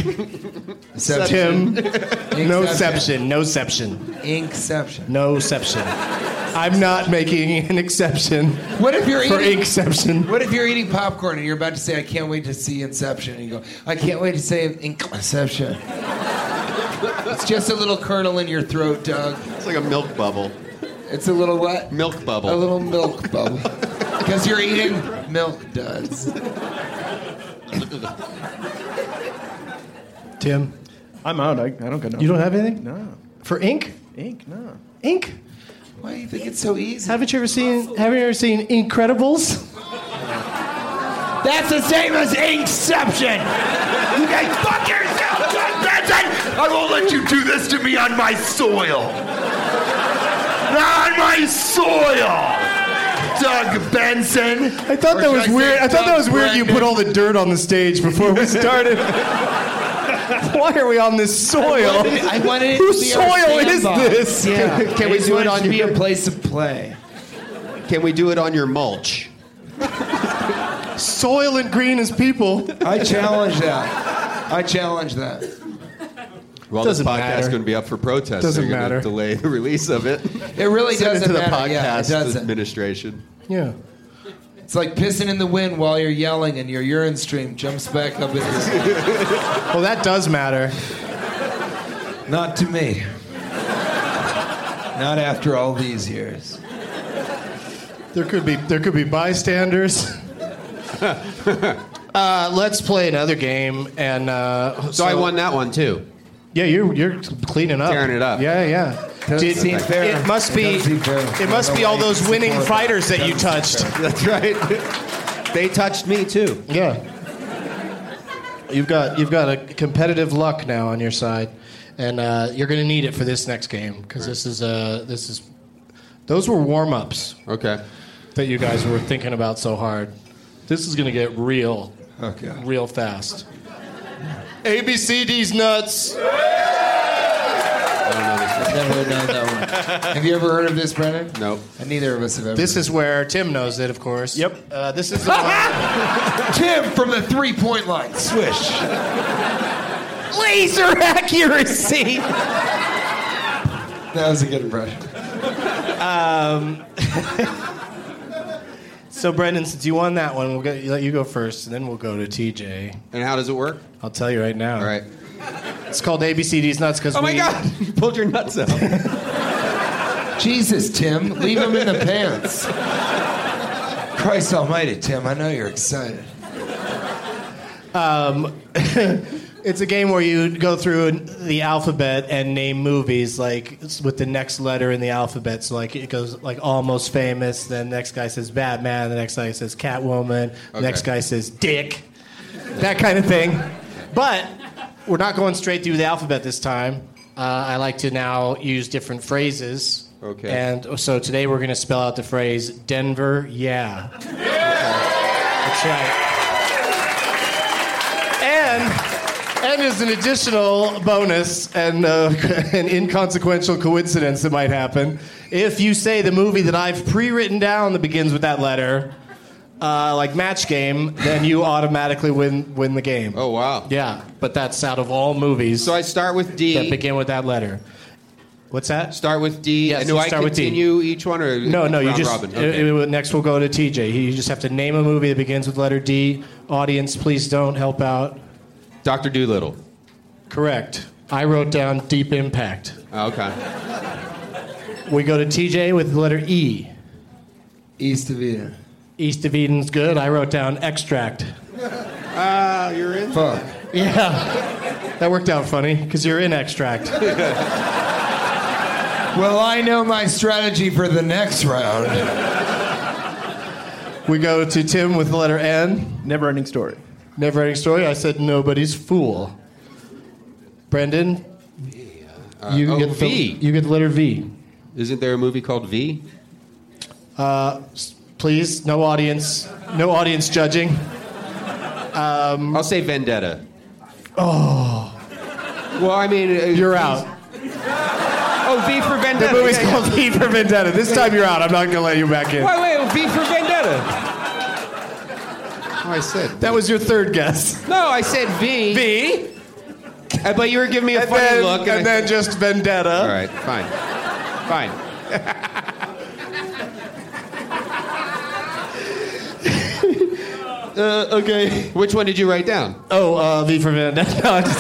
C: Tim, noception, noception,
D: Inception.
C: noception. I'm not making an exception
D: What if you're
C: for
D: eating?
C: exception.
D: What if you're eating popcorn and you're about to say, I can't wait to see Inception? And you go, I can't wait to say Inception. it's just a little kernel in your throat, Doug.
F: It's like a milk bubble.
D: It's a little what?
F: Milk
D: A
F: bubble.
D: little milk bubble. Because you're eating milk duds.
C: Tim,
E: I'm out. I, I don't got nothing.
C: you don't have anything
E: No.
C: for Inc.
E: Ink, no.
C: Inc.
D: Why do you think it's so easy?
C: Haven't you ever seen? Haven't you ever seen Incredibles?
D: That's the same as Inception! You guys fuck yourself, Doug Benson! I won't let you do this to me on my soil! Not on my soil! Oh, Doug Benson!
C: I thought
D: Or
C: that
D: should
C: was
D: I say
C: weird. I thought that was
D: Doug
C: weird. You put
D: Brennan?
C: all the dirt on the stage before we started. Why are we on this soil?
D: I wanted it to
C: Whose
D: be our
C: soil is
D: sandbox.
C: this?
D: Yeah.
F: Can we do it on
D: should be
F: your-
D: a place of play?
F: Can we do it on your mulch?
C: Soil and green as people.
D: I challenge that. I challenge that.
F: Well,
C: Doesn't
F: this
C: matter.
F: podcast is going to be up for protest.
C: Doesn't
F: They're gonna
C: matter.
F: Delay the release of it.
D: It really
F: Send it
D: doesn't
F: to the
D: matter.
F: podcast
D: Yeah, it doesn't.
F: administration.
C: Yeah.
D: It's like pissing in the wind while you're yelling and your urine stream jumps back up into the
C: Well, that does matter.
D: Not to me. Not after all these years.
C: There could be there could be bystanders. Uh, let's play another game, and uh,
F: So, I won that one too.
C: Yeah, you're you're cleaning up,
F: Tearing it up.
C: Yeah, yeah.
D: Doesn't seem fair.
C: It must be
D: Doesn't seem fair.
C: it must be all those winning
D: Support.
C: fighters that you
D: Doesn't seem
C: touched.
F: That's right. they touched me too.
C: Yeah. You've got you've got a competitive luck now on your side, and uh, you're going to need it for this next game because this is uh, this is those were warm ups
F: Okay.
C: that you guys were thinking about so hard. This is going to get real,
D: Oh, God.
C: real fast. ABCD's nuts.
D: I've never known that one. Have you ever heard of this, Brennan?
F: Nope.
D: And neither of us have ever.
C: This is where Tim knows it, of course.
E: Yep.
C: Uh, this is the one.
D: Tim from the three point line. Swish.
C: laser accuracy.
D: That was a good impression.
C: So Brendan, since you won that one, we'll go, let you go first, and then we'll go to TJ.
F: And how does it work?
C: I'll tell you right now.
F: All right.
C: It's called ABCD's nuts because
F: Oh
C: we
F: my God! You pulled your nuts out.
D: Jesus, Tim, leave him in the pants. Christ Almighty, Tim, I know you're excited.
C: It's a game where you go through the alphabet and name movies like it's with the next letter in the alphabet. So like it goes like almost famous. Then next guy says Batman. The next guy says Catwoman. The next
F: Okay.
C: guy says Dick. That kind of thing. But we're not going straight through the alphabet this time. Uh, I like to now use different phrases.
F: Okay.
C: And oh, so today we're going to spell out the phrase Denver. Yeah. That's right. And. And as an additional bonus and uh, an inconsequential coincidence that might happen, if you say the movie that I've pre-written down that begins with that letter, uh, like Match Game, then you automatically win win the game.
F: Oh wow.
C: Yeah, but that's out of all movies
F: So I start with D.
C: that begin with that letter. What's that?
F: Start with D.
C: Yes,
F: and do
C: you
F: I
C: start with D.
F: continue each one or
C: No, no, you
F: round
C: just uh,
F: robin? Okay.
C: it- it- next we'll go to TJ. You just have to name a movie that begins with letter D. Audience, please don't help out.
F: Doctor Doolittle.
C: Correct. I wrote down Deep Impact.
F: Oh, okay.
C: We go to TJ with the letter E.
D: East of Eden.
C: East of Eden's good. I wrote down extract.
F: Ah, you're in.
D: Fuck.
C: Yeah, that worked out funny because you're in extract.
D: Well, I know my strategy for the next round.
C: We go to Tim with the letter N.
E: Never ending story.
C: Never ending story. I said nobody's fool. Brendan, you
F: oh,
C: get the,
F: V.
C: you get the letter V.
F: Isn't there a movie called V?
C: Please, no audience, no audience judging.
F: I'll say Vendetta. Oh. Well, I mean, it-
C: You're out.
F: Oh, V for
C: The
F: Vendetta.
C: movie's
F: yeah, yeah.
C: called V for Vendetta. This time you're out. I'm not gonna let you back in.
F: Wait, wait, V for Vendetta. Oh, I said.
C: That was your third guess.
F: No, I said V.
C: V,
F: Uh, but you were giving me a
C: and
F: funny
C: then,
F: look.
C: and
F: I-
C: then just Vendetta.
F: All right, fine. Fine.
C: Uh, okay.
F: Which one did you write down?
C: Oh, uh, V for Vendetta. No, I'm, just...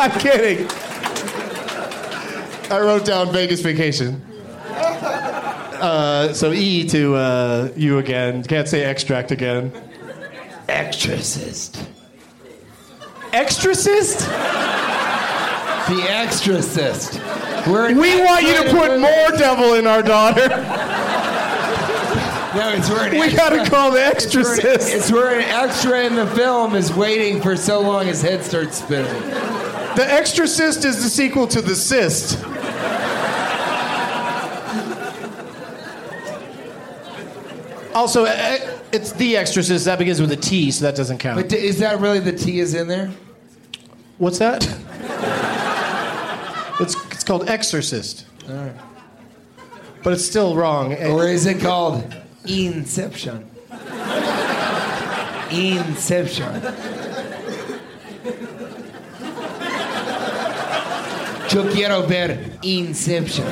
C: I'm kidding. I wrote down Vegas vacation. Uh, so E to uh, you again. Can't say extract again.
D: Exorcist.
C: Extracist?
D: The Exorcist. We're
C: We want you to put more devil in our daughter.
D: No, it's where an
C: We
D: extra-
C: gotta call the
D: it's where an-
C: exorcist.
D: It's where an extra in the film is waiting for so long his head starts spinning.
C: The exorcist is the sequel to the cyst. Also, eh, it's the exorcist. That begins with a T, so that doesn't count.
D: But d- is that really the T is in there?
C: What's that? it's, it's called Exorcist. But it's still wrong.
D: Or is it called Eh, Inception? Inception. Yo quiero ver Inception.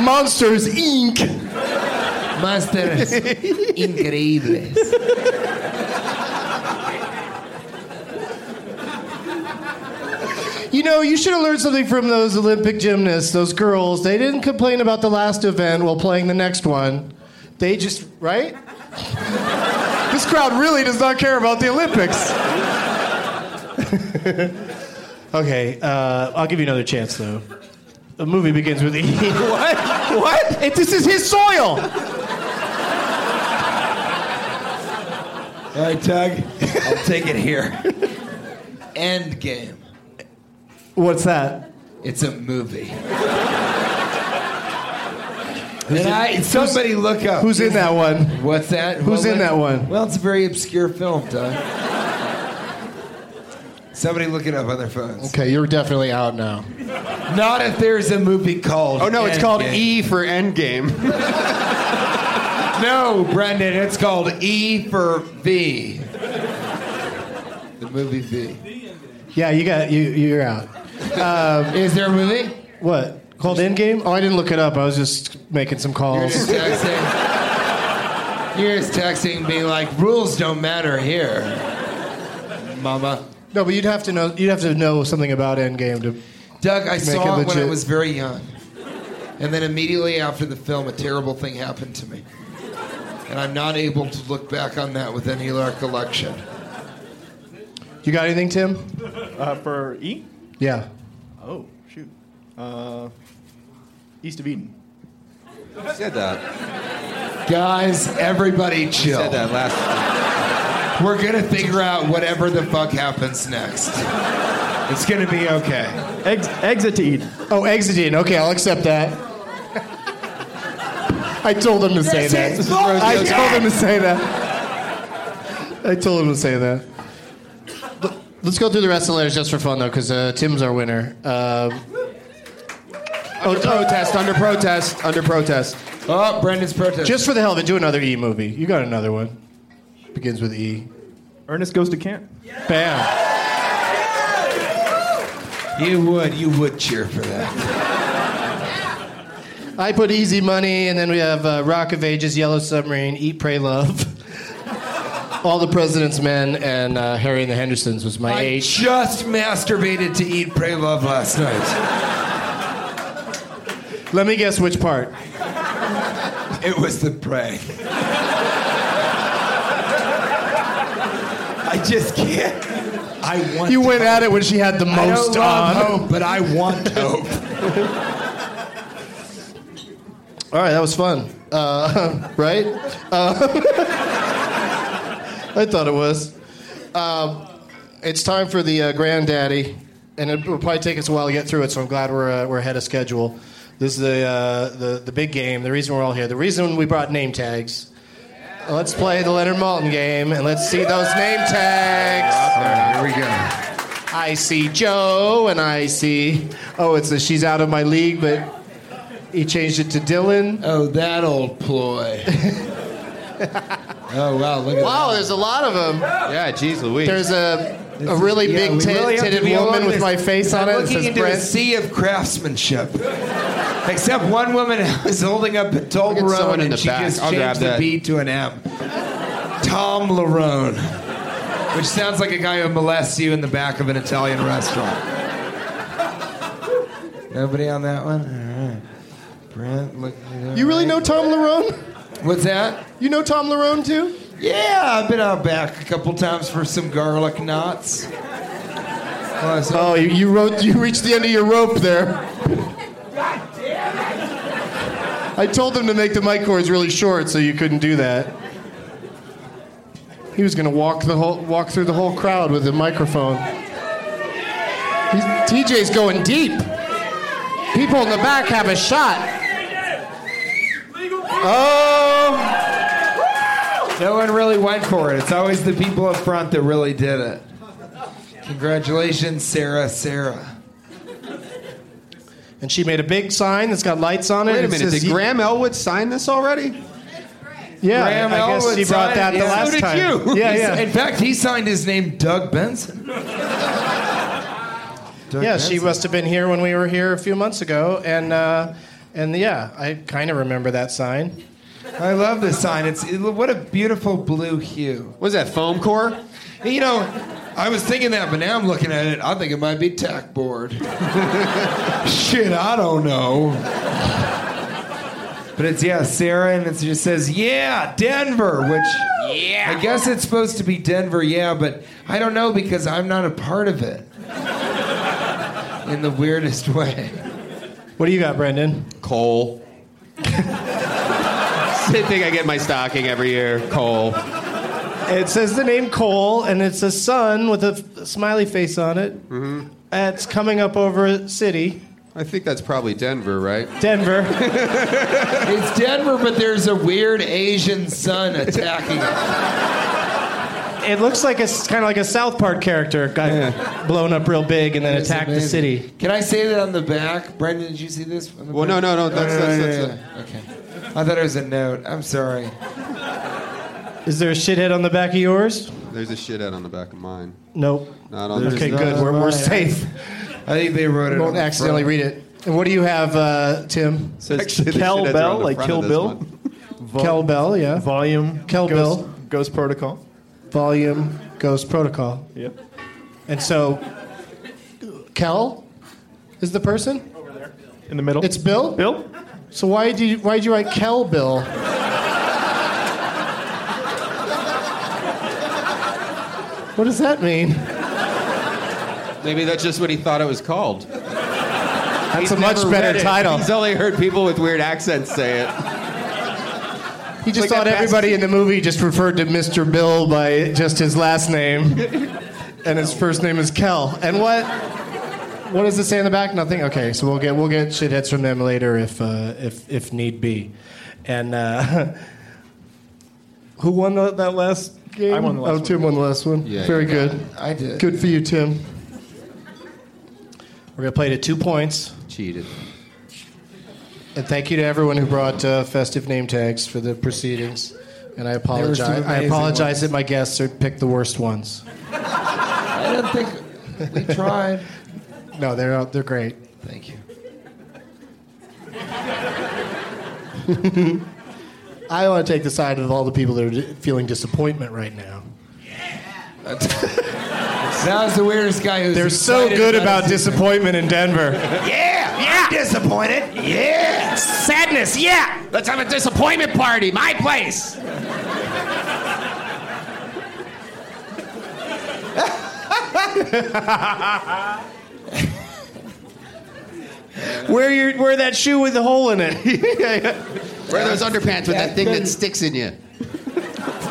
C: Monsters Inc.
D: Masters increíbles.
C: You know, you should have learned something from those Olympic gymnasts, those girls. They didn't complain about the last event while playing the next one. They just, right? this crowd really does not care about the Olympics. okay, uh, I'll give you another chance, though. The movie begins with E. what? What? It, this is his soil.
D: All right, Doug. I'll take it here. Endgame.
C: What's that?
D: It's a movie. and I, somebody look up.
C: Who's in that one?
D: What's that?
C: Who's in
D: look-
C: that one?
D: Well, it's a very obscure film, Doug. Somebody look it up on their phones.
C: Okay, you're definitely out now.
D: Not if there's a movie called.
F: Oh no, it's called
D: Endgame.
F: E for Endgame.
C: E-
D: No, Brendan, it's called E for V. The movie V.
C: Yeah, you got you. You're out.
D: Is there a movie?
C: What called Endgame? Oh, I didn't look it up. I was just making some
D: You're
C: calls.
D: just texting. You're just texting, being like, rules don't matter here, mama.
C: No, but you'd have to know. You'd have to know something about Endgame to.
D: Doug, I
C: it
D: saw it when I
C: legit.
D: was very young. And then immediately after the film, a terrible thing happened to me. And I'm not able to look back on that with any recollection.
C: You got anything, Tim?
E: Uh, for E?
C: Yeah.
E: Oh, shoot. Uh, East of Eden.
F: I said that.
D: Guys, everybody
F: I said
D: chill.
F: that last.
D: We're going to figure out whatever the fuck happens next. It's going to be okay.
E: Ex- exit to Eden.
C: Oh, exiting. Okay, I'll accept that. I told him to say
D: This
C: that.
D: is
C: I
D: bullshit.
C: told him to say that. I told him to say that. L- Let's go through the rest of the letters just for fun, though, because uh, Tim's our winner. Um oh,
F: Protest under protest under protest.
D: Oh, Brendan's protest.
C: Just for the hell of it, do another E movie. You got another one. Begins with E.
E: Ernest goes to camp.
C: Bam.
D: you would, you would cheer for that.
C: I put Easy Money, and then we have uh, Rock of Ages, Yellow Submarine, Eat, Pray, Love, All the President's Men, and uh, Harry and the Hendersons was my
D: I
C: H.
D: just masturbated to eat, pray, love last night.
C: Let me guess which part.
D: It was the prey. I just can't. I want.
E: You
D: to
E: went
D: hope.
E: at it when she had the
D: I
E: most
D: don't love
E: on.
D: hope, but I want hope.
E: All right, that was fun. Uh, right? Uh, I thought it was. Um, it's time for the uh, granddaddy, and it will probably take us a while to get through it. So I'm glad we're uh, we're ahead of schedule. This is the uh, the the big game. The reason we're all here. The reason we brought name tags. Let's play the Leonard Malton game, and let's see those name tags.
D: Here we go.
E: I see Joe, and I see. Oh, it's a she's out of my league, but he changed it to Dylan.
I: Oh, that old ploy. oh wow, look at
E: Wow, there's a lot of them.
F: Yeah, geez, Louise.
E: There's a, a really
I: yeah,
E: big
I: we
E: tit,
I: really have to
E: titted
I: be
E: woman
I: on
E: with
I: this.
E: my face
D: I'm
E: on it. that
D: looking
E: says
D: into a
E: Brent.
D: sea of craftsmanship. Except one woman was holding up a
F: Look at someone
D: Toblerone
F: in
D: and
F: the
D: she
F: back.
D: just
F: I'll grab
D: changed the
F: that.
D: B to an M. Tom Larone, which sounds like a guy who molests you in the back of an Italian restaurant. Nobody on that one. All right. Brent, look.
E: You really know Tom Larone?
D: What's that?
E: You know Tom Larone too?
D: Yeah, I've been out back a couple times for some garlic knots. Well, it's-
E: Oh, you, you wrote you reached the end of your rope there. God damn it! I told him to make the mic cords really short so you couldn't do that. He was gonna walk the whole walk through the whole crowd with the microphone. He's, TJ's going deep. People in the back have a shot.
D: Oh! No one really went for it. It's always the people up front that really did it. Congratulations, Sarah, Sarah.
E: And she made a big sign that's got lights on it.
F: Wait a
E: It
F: minute,
E: says,
F: did Graham Elwood sign this already?
E: Yeah,
D: Graham
E: I guess
D: Elwood
E: he brought
D: signed
E: that
D: it.
E: the
D: Yeah.
E: last
D: so did
E: time.
D: You.
E: Yeah,
D: He's-
E: yeah.
D: In fact, he signed his name Doug Benson. Doug
E: Yeah, she
D: Benson.
E: must have been here when we were here a few months ago, and uh, and yeah, I kind of remember that sign.
D: I love this sign. It's it- what a beautiful blue hue.
F: Was that foam core?
D: You know, I was thinking that, but now I'm looking at it. I think it might be tack board. Shit, I don't know. But it's yeah, Sarah, and it just says yeah, Denver, which yeah, I guess it's supposed to be Denver, yeah, but I don't know because I'm not a part of it. In the weirdest way.
E: What do you got, Brendan?
F: Coal. Same thing I get in my stocking every year. Coal.
E: It says the name Cole, and it's a sun with a f- smiley face on it. Mm-hmm. And it's coming up over city,
F: I think that's probably Denver, right?
E: Denver.
D: It's Denver, but there's a weird Asian sun attacking it.
E: it looks like it's kind of like a South Park character got blown up real big and then
D: It's
E: attacked the
D: amazing.
E: city.
D: Can I say that on the back? Brendan, did you see this? on the
F: Well,
D: back?
F: no, no, no, that's- that's-
D: Okay. I thought it was a note. I'm sorry.
E: Is there a shithead on the back of yours?
F: There's a shithead on the back of mine.
E: Nope.
F: Not on
E: Okay,
F: this.
E: good. We're, we're safe.
D: I think they wrote it.
E: I
D: on
E: won't
D: the
E: accidentally
D: front.
E: read it. And what do you have, uh, Tim?
C: Says
F: Actually, they
C: Kel
F: should have
C: Bell,
F: thrown the
C: like
F: front
C: Kill
F: of this
C: Bill.
F: one.
C: Vol-
E: Kel Bell, yeah.
C: Volume.
E: Kel
C: Ghost-
E: Bill.
C: Ghost Protocol.
E: Volume Ghost Protocol.
C: Yep.
E: And so, Kel is the person.
C: In the middle.
E: It's Bill.
C: Bill.
E: So why did you, why did you write Kel Bill? what does that mean?
F: Maybe that's just what he thought it was called.
E: That's a much better title.
F: He's only heard people with weird accents say it.
E: He just
F: like
E: thought
F: that
E: everybody in the movie just referred to Mr. Bill by just his last name, and his first name is Kel. And what? What does it say in the back? Nothing. Okay, so we'll get we'll get shitheads from them later if uh, if if need be. And uh, who won the, that last game?
C: I won the last
E: oh,
C: one.
E: Tim won the last one.
F: Yeah,
E: Very
F: you got
E: good.
D: I did.
E: Good for you, Tim. We're gonna play to two points.
F: Cheated.
E: And thank you to everyone who brought uh, festive name tags for the proceedings. And I apologize.
D: There were some
E: I
D: amazing
E: apologize
D: ones.
E: that my guests are picked the worst ones.
D: I don't think we tried.
E: No, they're they're great.
D: Thank you.
E: I want to take the side of all the people that are d- feeling disappointment right now.
D: That was the weirdest guy who's
E: They're so
D: excited
E: good
D: his
E: about
D: evening.
E: disappointment in Denver.
D: Yeah! Yeah. disappointed. Yeah.
J: Sadness, yeah. Let's have a disappointment party. My place.
E: Wear your wear that shoe with the hole in it.
F: Wear those underpants with that thing that sticks in you.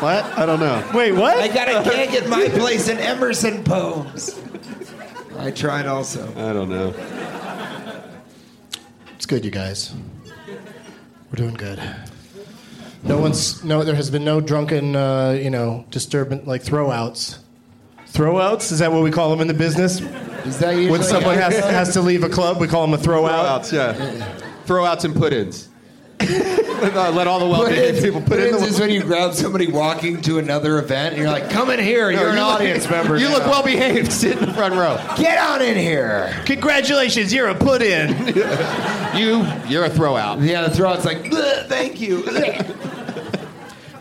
F: What? I don't know.
E: Wait, what?
D: I got a gig at my place in Emerson poems. I tried also.
F: I don't know.
E: It's good, you guys. We're doing good. No one's no. There has been no drunken, uh, you know, disturbance like throwouts. Throwouts is that what we call them in the business?
D: Is that usually
E: When someone has, has to leave a club, we call them a throwout.
F: Throwouts, yeah. Throwouts and put-ins. Uh, Let all the well-being
D: Put-ins,
F: people put in the
D: put-ins is when you grab somebody walking to another event and you're like, come in here, you're an audience member.
F: You look
D: now.
F: well behaved. Sit in the front row.
D: Get on in here.
E: Congratulations, you're a put in.
F: You, you're a throwout.
D: Yeah, the throwout's like, "Bleh, thank you.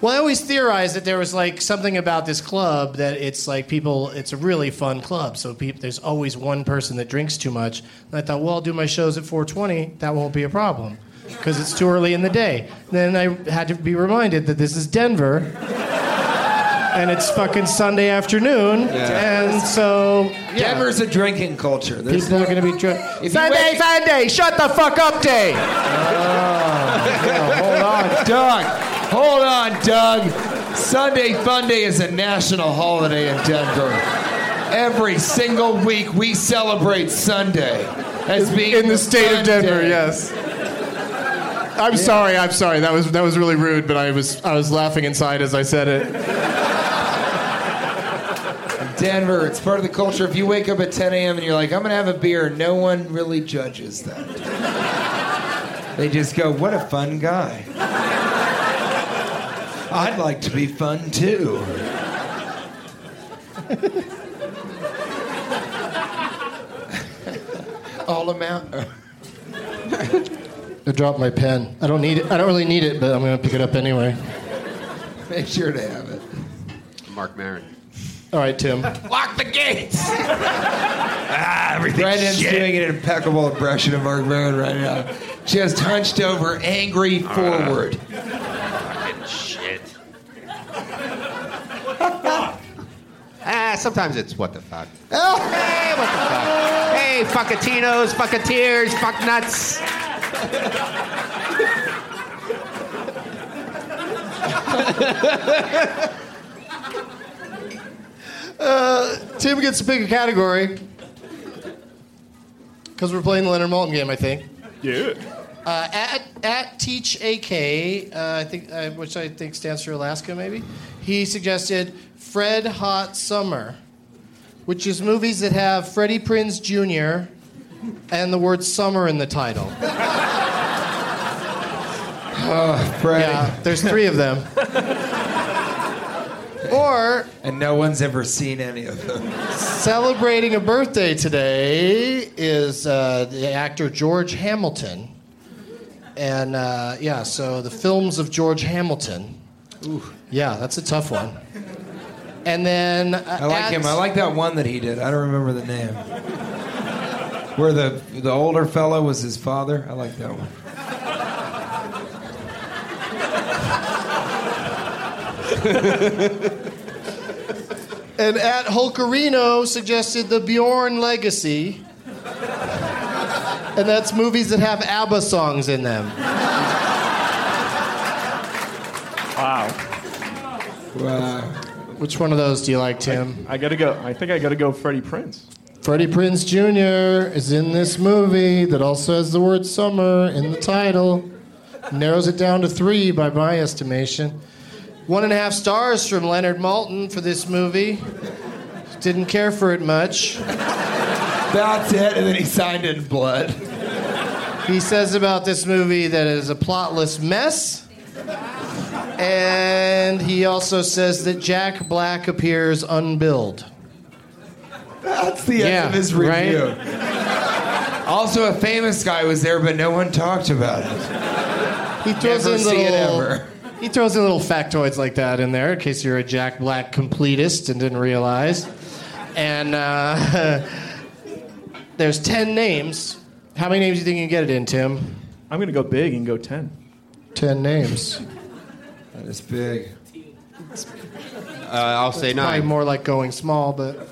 E: Well, I always theorized that there was like something about this club that it's like people. It's a really fun club, so peop there's always one person that drinks too much. And I thought, well, I'll do my shows at 4:20. That won't be a problem because it's too early in the day. Then I had to be reminded that this is Denver. And it's fucking Sunday afternoon, and so yeah,
D: Denver's a drinking culture. There's
E: people are
D: no-
E: gonna be drunk.
D: If you
E: Sunday,
D: wake- Oh,
E: Sunday, shut the fuck up day.
D: Hold on, Doug. Hold on, Doug. Sunday Fun Day is a national holiday in Denver. Every single week we celebrate Sunday as being
E: in the state of
D: fun
E: Denver.
D: day.
E: Yes. I'm sorry. I'm sorry. That was that was really rude, but I was I was laughing inside as I said it.
D: Denver, it's part of the culture. If you wake up at 10 a.m. and you're like, I'm gonna have a beer, no one really judges that. They just go, What a fun guy. I'd like to be fun too. All amount.
E: I dropped my pen. I don't need it. I don't really need it, but I'm gonna pick it up anyway.
D: Make sure to have it.
F: Mark Maron.
E: All right, Tim.
J: Lock the gates. ah, everything
D: Brandon's
J: shit.
D: doing an impeccable impression of Mark Maron right now. Just hunched over, angry forward.
J: Fucking shit.
F: Ah, sometimes it's what the fuck. Oh, hey, what the fuck. Hey, fuckatinos, fucketeers, fucknuts.
E: Tim gets to pick a category because we're playing the Leonard Malton game. I think.
C: Yeah.
E: Uh, at at Teach AK, uh, I think, uh, which I think stands for Alaska, maybe. He suggested Fred Hot Summer, which is movies that have Freddie Prinz Jr. and the word summer in the title.
D: Freddie.
E: Yeah, there's three of them. or
D: And no one's ever seen any of them.
E: celebrating a birthday today is uh, the actor George Hamilton. And uh, yeah, so the films of George Hamilton. Yeah, that's a tough one. And then uh,
D: I like
E: at-
D: him. I like that one that he did. I don't remember the name. Where the the older fellow was his father. I like that one.
E: And at Hulkerino suggested the Bjorn Legacy. and that's movies that have ABBA songs in them.
C: Wow.
D: Wow.
E: Which one of those do you like, Tim?
C: I gotta go. I think I gotta go Freddie Prince.
E: Freddie Prinz Jr. is in this movie that also has the word summer in the title. Narrows it down to three by my estimation. One and a half stars from Leonard Malton for this movie. Didn't care for it much.
D: That's it. And then he signed it in blood.
E: He says about this movie that it is a plotless mess. And he also says that Jack Black appears unbilled.
D: That's the end
E: Yeah,
D: of his
E: right?
D: review. Also, a famous guy was there, but no one talked about it.
E: He throws
D: Never
E: in
D: see
E: little,
D: it ever.
E: He throws in little factoids like that in there in case you're a Jack Black completist and didn't realize. And uh, there's ten names How many names do you think you can get it in, Tim?
C: I'm going to go big and go 10.
E: 10 names.
D: That is big.
F: Uh, I'll say
E: Probably
F: nine.
E: more like going small, but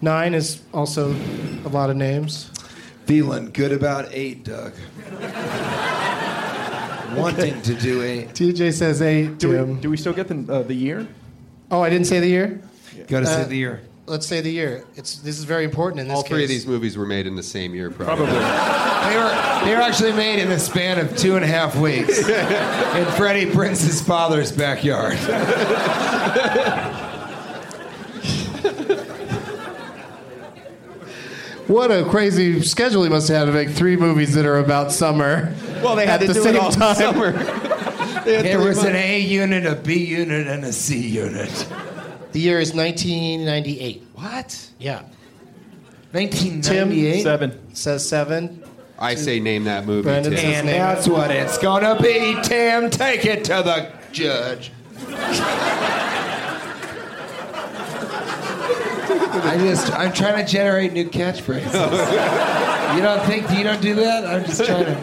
E: nine is also a lot of names.
D: Feeling good about eight, Doug. Wanting to do eight.
E: TJ says eight,
C: Do
E: Tim.
C: we, do we still get the, uh, the year?
E: oh, I didn't say the year?
D: Gotta
E: Uh,
D: say the year.
E: Let's say the year. It's, this is very important in this
F: All three of
E: case.
F: these movies were made in the same year, probably.
C: Probably.
D: They were, they were actually made in the span of two and a half weeks in Freddie Prince's father's backyard.
E: What a crazy schedule he must have had to make three movies that are about summer.
F: Well, they had
E: At
F: to
E: the
F: do
E: same
F: it all
E: time.
F: summer. They had
D: There
F: three
D: was an
F: months.
D: A unit, a B unit, and a C unit.
E: The year is 1998.
D: What?
E: Yeah.
D: 1998?
C: Seven.
E: Says seven.
F: I say name that movie.
E: Brandon
F: Tim.
E: says
D: And
E: name.
D: that's what it's gonna be, Tim. Take it to the judge. I just, I'm trying to generate new catchphrases. you don't think, you don't do that? I'm just trying to,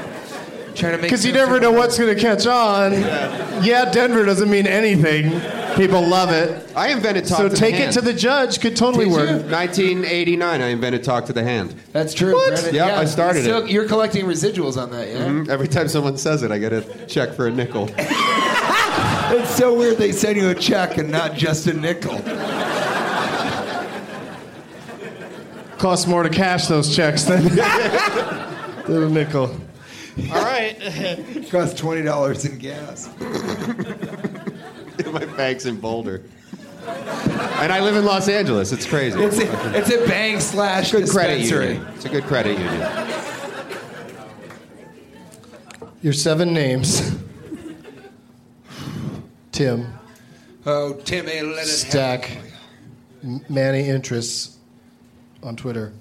D: trying to make.
E: Because you
D: sense
E: never
D: of-
E: know what's going to catch on. Yeah, Denver doesn't mean anything. People love it.
F: I invented talk
E: So
F: to the
E: take it
F: hand.
E: to the judge could totally
D: Did
E: work.
D: you?
F: 1989, I invented talk to the hand.
D: That's true.
F: What?
D: Brandon.
F: Yep, I started
D: so
F: it.
D: You're collecting residuals on that, yeah.
F: Mm, Every time someone says it, I get a check for a nickel.
D: It's so weird they send you a check and not just a nickel.
E: Costs more to cash those checks than, than a nickel.
D: All right. Cost twenty dollars in gas.
F: My bank's in Boulder. And I live in Los Angeles. It's crazy.
D: It's a, it's a bank slash
F: good credit
D: dispensary.
F: union. It's a good credit union.
E: Your seven names. Tim,
D: Oh, Timmy, let it
E: Stack, M- Manny Interests on Twitter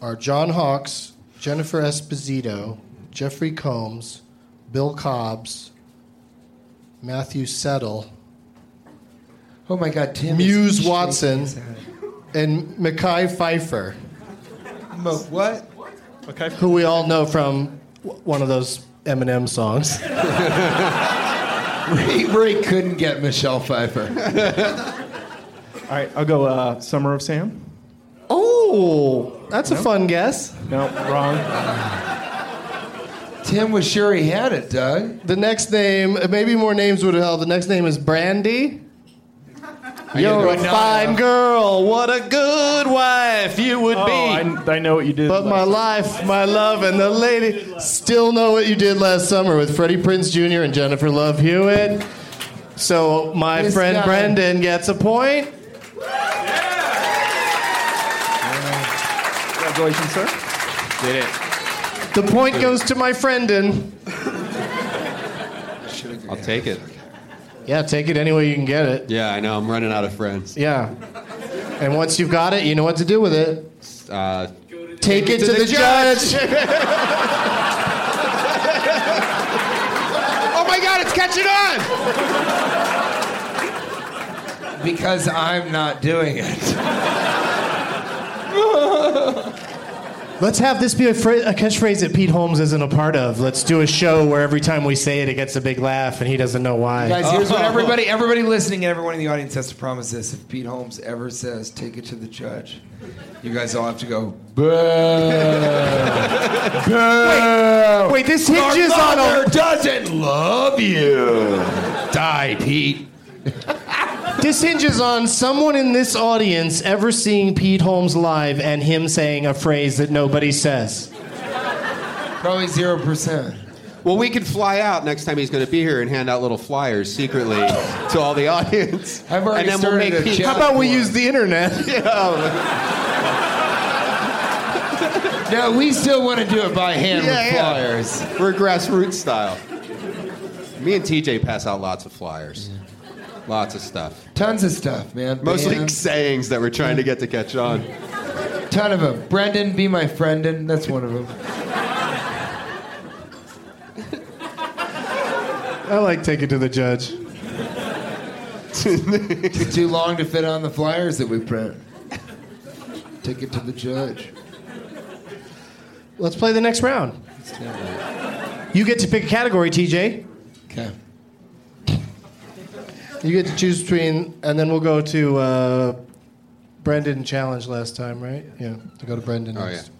E: are John Hawks, Jennifer Esposito, Jeffrey Combs, Bill Cobbs, Matthew Settle,
D: Oh my God, Tim.
E: Muse
D: is-
E: Watson. and Mackay Pfeiffer,
D: Mo- what?
C: Okay.
E: who we all know from w- one of those Eminem songs.
D: Ray, Ray couldn't get Michelle Pfeiffer.
C: All right, I'll go uh, Summer of Sam.
E: Oh, that's a fun guess.
C: No, wrong.
D: Tim was sure he had it, Doug.
E: The next name, uh, maybe more names would help. The next name is Brandy. You're a
D: Banana.
E: fine girl. What a good wife you would
C: Oh, I,
E: be.
C: I know what you did.
E: But my
C: last-
E: life, my love, and the lady still know what you did last summer with Freddie Prince Jr. and Jennifer Love Hewitt. So my
D: This
E: friend
D: guy.
E: Brendan gets a point.
C: Congratulations, sir.
F: Did it.
E: The point goes to my friendin.
F: I'll take it.
E: Yeah, take it any way you can get it.
F: Yeah, I know. I'm running out of friends.
E: Yeah. And once you've got it, you know what to do with it.
F: Uh,
E: Take it to the judge.
F: oh my God, it's catching on!
D: Because I'm not doing it.
E: Let's have this be a, phrase, a catchphrase that Pete Holmes isn't a part of. Let's do a show where every time we say it, it gets a big laugh, and he doesn't know why.
D: Guys, here's what everybody, everybody listening and everyone in the audience has to promise this. If Pete Holmes ever says, take it to the judge, you guys all have to go, boo. boo.
E: Oh. Wait, this
D: Our
E: hinges on
D: mother
E: a
D: doesn't love you. Die, Pete.
E: this hinges on someone in this audience ever seeing Pete Holmes live and him saying a phrase that nobody says.
D: Probably zero percent.
F: Well, we could fly out next time he's going to be here and hand out little flyers secretly to all the audience.
D: I've already
F: and then
D: started
F: we'll
D: a
F: make
D: chat.
E: How about we use the internet?
D: No, we still want to do it by hand
F: Yeah,
D: with
F: yeah.
D: flyers.
F: We're grassroots style. Me and TJ pass out lots of flyers, lots of stuff.
D: Tons of stuff, man.
F: Mostly
D: Bands,
F: sayings that we're trying to get to catch on.
D: ton of them. Brendan, be my friend, and that's one of them.
E: I like take it to the judge.
D: It's too long to fit on the flyers that we print. Take it to the judge.
E: Let's play the next round. You get to pick a category, TJ.
K: Okay.
E: You get to choose between, and then we'll go to uh, Brendan challenge last time, right? Yeah, to go to Brendan.
F: Oh,
E: next.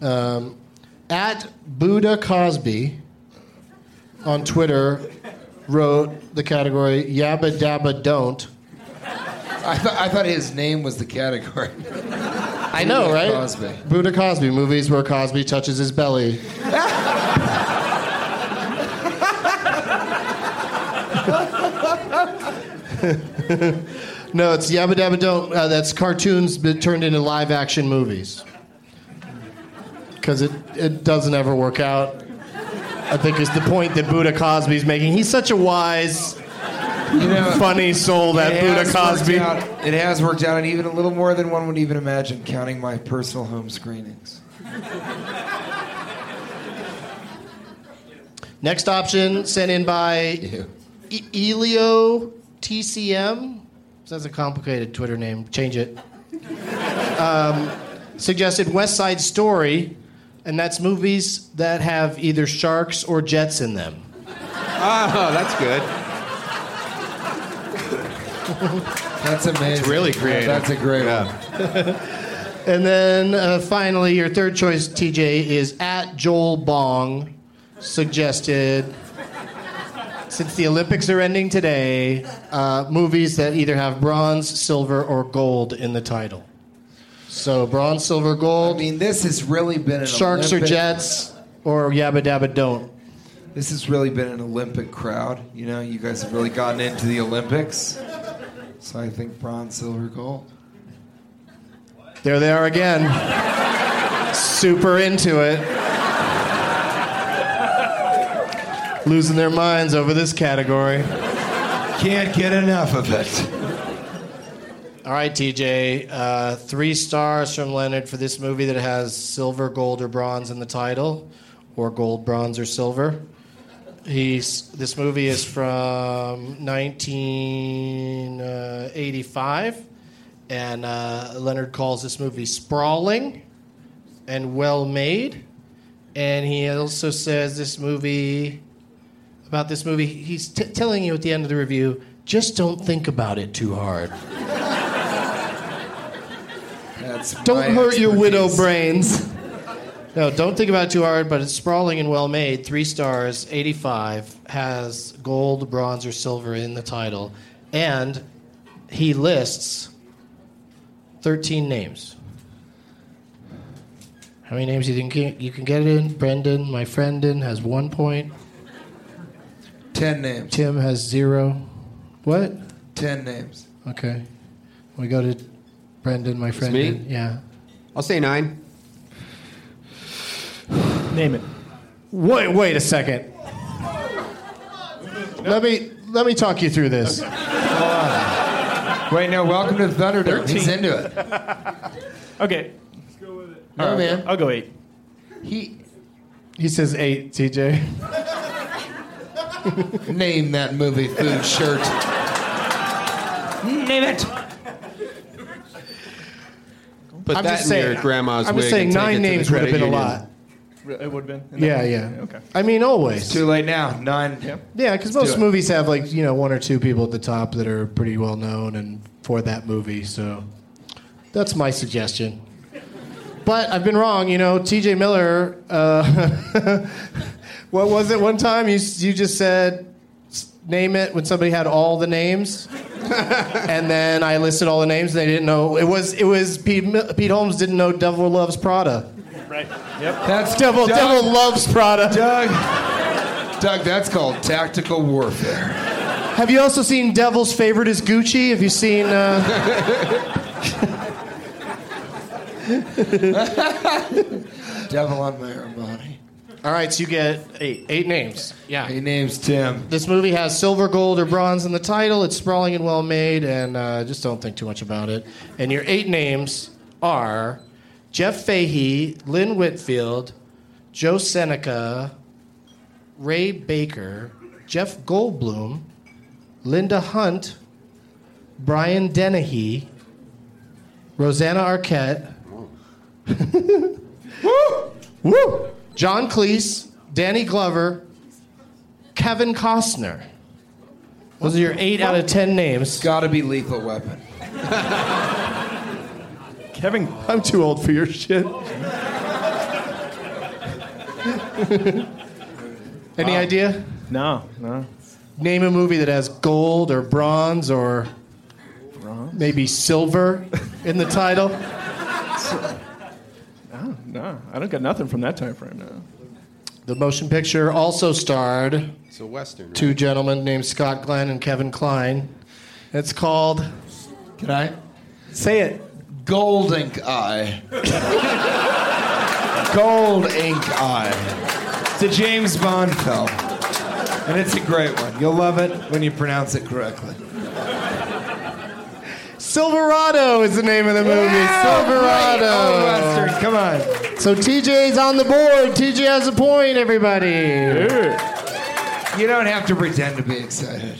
E: Um, at Buddha Cosby on Twitter wrote the category Yabba Dabba Don't.
D: I, th- I thought his name was the category.
E: I know,
D: Buddha
E: right?
D: Cosby.
E: Buddha Cosby movies where Cosby touches his belly. no, it's Yabba Dabba Don't. Uh, that's cartoons but turned into live action movies. Because it, it doesn't ever work out. I think is the point that Buddha Cosby's making. He's such a wise, funny soul, that
D: It
E: Buddha
D: has worked
E: Cosby.
D: out- it has worked out, and even a little more than one would even imagine, counting my personal home screenings.
E: Next option sent in by E- Elio TCM. So That's a complicated Twitter name. Change it. Um, suggested West Side Story, and that's movies that have either sharks or jets in them.
F: Oh, that's good.
D: That's amazing.
F: It's really
D: Yeah,
F: creative.
D: That's a great
F: Yeah.
D: one.
E: And then uh, finally, your third choice, TJ, is at Joel Bong. Suggested, since the Olympics are ending today, uh, movies that either have bronze, silver, or gold in the title. So bronze, silver, gold,
D: I mean, this has really been an
E: sharks or
D: Olympic-
E: jets, or yabba dabba don't.
D: This has really been an Olympic crowd. You know, you guys have really gotten into the Olympics. So I think bronze, silver, gold.
E: There they are again. Super into it. Losing their minds over this category.
D: Can't get enough of it.
E: All right, TJ. Uh, three stars from Leonard for this movie that has silver, gold, or bronze in the title, or gold, bronze, or silver. He's, this movie is from 1985, and uh, Leonard calls this movie sprawling and well made. And he also says this movie, about this movie, he's t- telling you at the end of the review just don't think about it too hard.
D: That's
E: Don't
D: my
E: hurt your
D: expertise.
E: widow brains. No, don't think about it too hard, but it's sprawling and well made. Three stars, 85, has gold, bronze, or silver in the title. And he lists 13 names. How many names you think you- you can get in? Brendan, my friend, in has one point.
D: Ten names.
E: Tim has zero. What?
D: Ten names.
E: Okay. We go to Brendan, my friend.
F: me?
E: in. Yeah.
F: I'll say nine.
C: Name it.
E: Wait, wait a second. Let me let me talk you through this.
D: Wait, no, welcome to Thunderdome. He's
C: Thirteen.
D: into it.
C: Okay.
D: No, man.
C: I'll go eight.
D: He
E: He says eight, TJ.
D: named that movie Food Shirt.
C: Name it.
F: Put
E: I'm
F: that
E: just
F: in
E: saying.
F: your grandma's
E: I'm
F: wig.
E: just saying
F: and take it
E: nine
F: to the
E: names would have
F: credit
E: been a
F: union.
E: lot.
C: It would have been.
E: Yeah, yeah.
C: Okay.
E: I mean, always.
D: Too late now. Nine.
E: Yeah, because
D: do
E: most
D: it.
E: movies have like you know one or two people at the top that are pretty well known and for that movie. So that's my suggestion. But I've been wrong, you know. T.J. Miller, uh, what was it one time you you just said s- name it when somebody had all the names, and then I listed all the names and they didn't know it was it was Pete, Mi- Pete Holmes didn't know Devil Loves Prada.
C: Right. Yep.
D: That's
E: Devil
D: Doug,
E: Devil Loves Prada.
D: Doug. Doug, that's called tactical warfare.
E: Have you also seen Devil's Favorite is Gucci? Have you seen? Uh...
D: Devil on my Armani.
E: All right, so you get eight, eight names. Yeah.
D: He names Tim.
E: This movie has silver, gold, or bronze in the title. It's sprawling and well made, and uh, just don't think too much about it. And your eight names are Jeff Fahey, Lynn Whitfield, Joe Seneca, Ray Baker, Jeff Goldblum, Linda Hunt, Brian Dennehy, Rosanna Arquette, Woo! John Cleese, Danny Glover, Kevin Costner. Those are your eight out of ten names.
D: Gotta be Lethal Weapon.
C: Kevin, I'm too old for your shit.
E: Any idea?
C: No, no.
E: Name a movie that has gold or bronze or maybe silver in the title.
C: No, no. I don't get nothing from that time frame now.
E: The motion picture also starred
F: It's a western.
E: two gentlemen named Scott Glenn and Kevin Klein. It's called. Can I?
D: Say it. Gold Ink Eye. Gold Ink Eye. It's a James Bond film. And it's a great one. You'll love it when you pronounce it correctly.
E: Silverado is the name of the movie. Silverado.
D: Oh, Western. Come on.
E: So TJ's on the board. TJ has a point, everybody.
D: You don't have to pretend to be excited.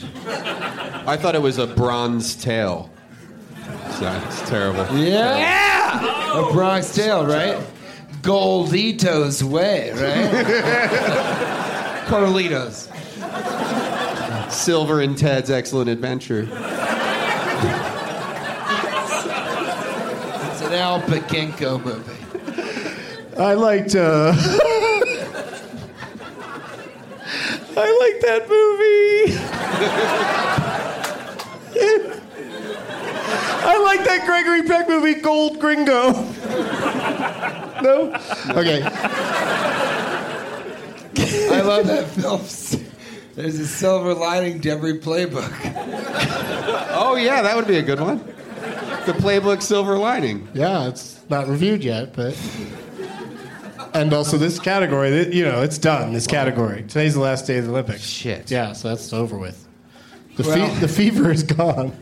F: I thought it was a bronze tail. So it's terrible.
D: Yeah! A Bronx Tale, right? Goldito's way, right? Carlitos.
F: Silver and Ted's Excellent Adventure.
D: It's an Al Pachinko movie.
E: I liked. Uh, I liked that movie. I like that Gregory Peck movie, Gold Gringo. no? Okay.
D: I love that film. There's a silver lining to every playbook.
F: Oh, yeah, that would be a good one. The playbook Silver Lining.
E: Yeah, it's not reviewed yet, but. And also this category, th- you know, it's done. This category. Today's the last day of the Olympics.
F: Shit.
E: Yeah, so that's over with. The, fe-
D: Well-
E: the fever is gone.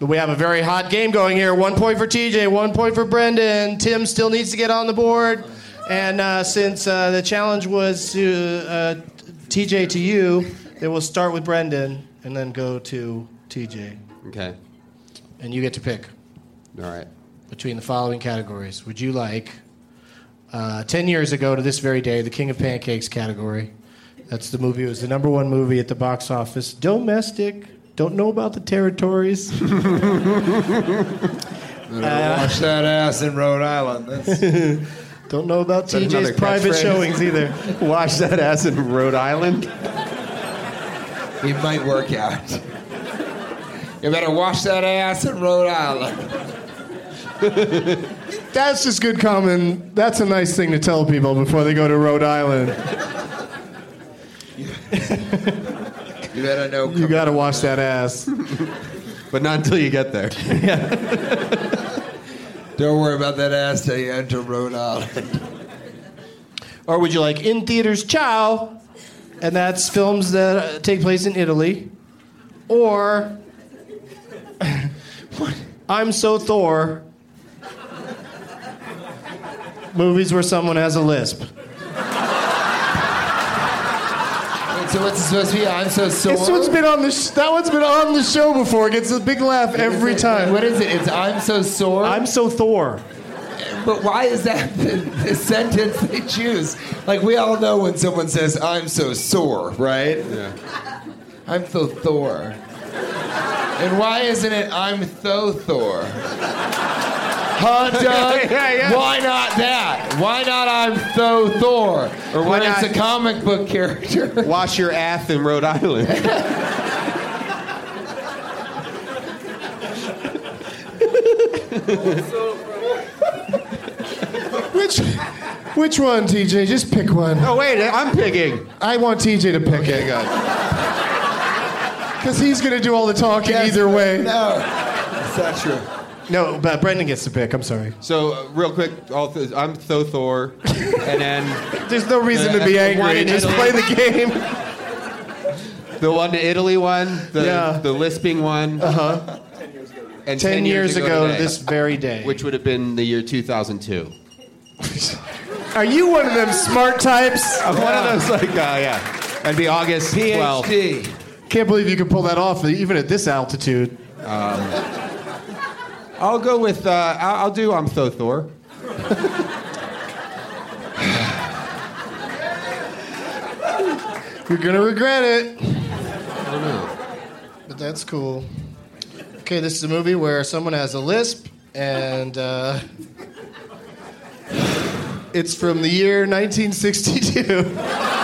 E: But we have a very hot game going here. One point for TJ, one point for Brendan. Tim still needs to get on the board. And uh, since uh, the challenge was to uh, TJ to you, then we'll start with Brendan and then go to TJ.
F: Okay.
E: And you get to pick
F: All right.
E: between the following categories. Would you like uh, 10 years ago to this very day, the King of Pancakes category? That's the movie. It was the number one movie at the box office. Domestic. Don't know about the territories.
D: Wash that ass in Rhode Island. That's,
E: Don't know about
F: that another
E: TJ's private
F: catchphrase?
E: showings either.
F: Wash that ass in Rhode Island.
D: it might work out. You better wash that ass in Rhode Island.
E: That's just good common. That's a nice thing to tell people before they go to Rhode Island.
D: You better know.
E: You got to wash that ass.
F: But not until you get there.
D: Don't worry about that ass till you enter Rhode Island.
E: Or would you like in theaters, ciao? And that's films that uh, take place in Italy. Or I'm so Thor. Movies where someone has a lisp.
D: Wait, so what's it supposed to be? I'm so sore.
E: This one's been on the sh- that one's been on the show before. It gets a big laugh every time.
D: What is it? It's I'm so sore.
E: I'm so Thor.
D: But why is that the, the sentence they choose? Like we all know when someone says I'm so sore, right? I'm so Thor. And why isn't it I'm so Thor? Huh, Doug? Why not that? Why not I'm so Thor?
F: Or why
D: when
F: not-
D: it's a comic book character.
F: Wash your ass in Rhode Island.
E: Which which one, TJ? Just pick one.
F: Oh, wait, I'm picking.
E: I want TJ to pick it. Because he's going to do all the talking either way.
D: No, that's not true.
E: No, but Brendan gets to pick. I'm sorry.
F: So, uh, real quick, all th- I'm Thothor. And then
E: There's no reason to be
F: Uh, one
E: angry.
F: in
E: Just
F: Italy.
E: play the game.
F: the one to Italy one, the,
E: Yeah.
F: the lisping one. Uh huh. And
E: 10, years, ago,
F: today,
E: this very day.
F: Which would have been the year 2002.
E: Are you one of them smart types?
F: I'm one of those, like, uh, yeah. That'd be August 12th.
D: PhD.
E: Can't believe you can pull that off, even at this altitude.
F: I'll go with, uh, I'll, I'll do I'm Thothor.
E: You're gonna regret it.
F: Oh no.
E: But that's cool. Okay, this is a movie where someone has a lisp, and uh, it's from the year 1962.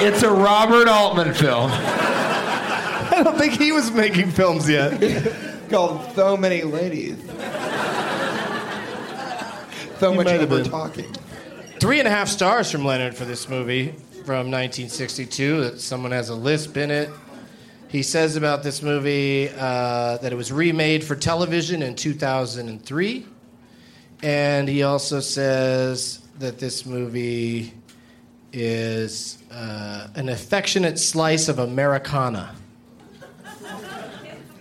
D: It's a Robert Altman film
E: I don't think he was making films yet.
D: called So Many Ladies. So
E: You
D: much
E: might have
D: over
E: been.
D: talking.
E: Three and a half stars from Leonard for this movie from 1962. That someone has a lisp in it. He says about this movie uh, that it was remade for television in 2003. And he also says that this movie is uh, an affectionate slice of Americana.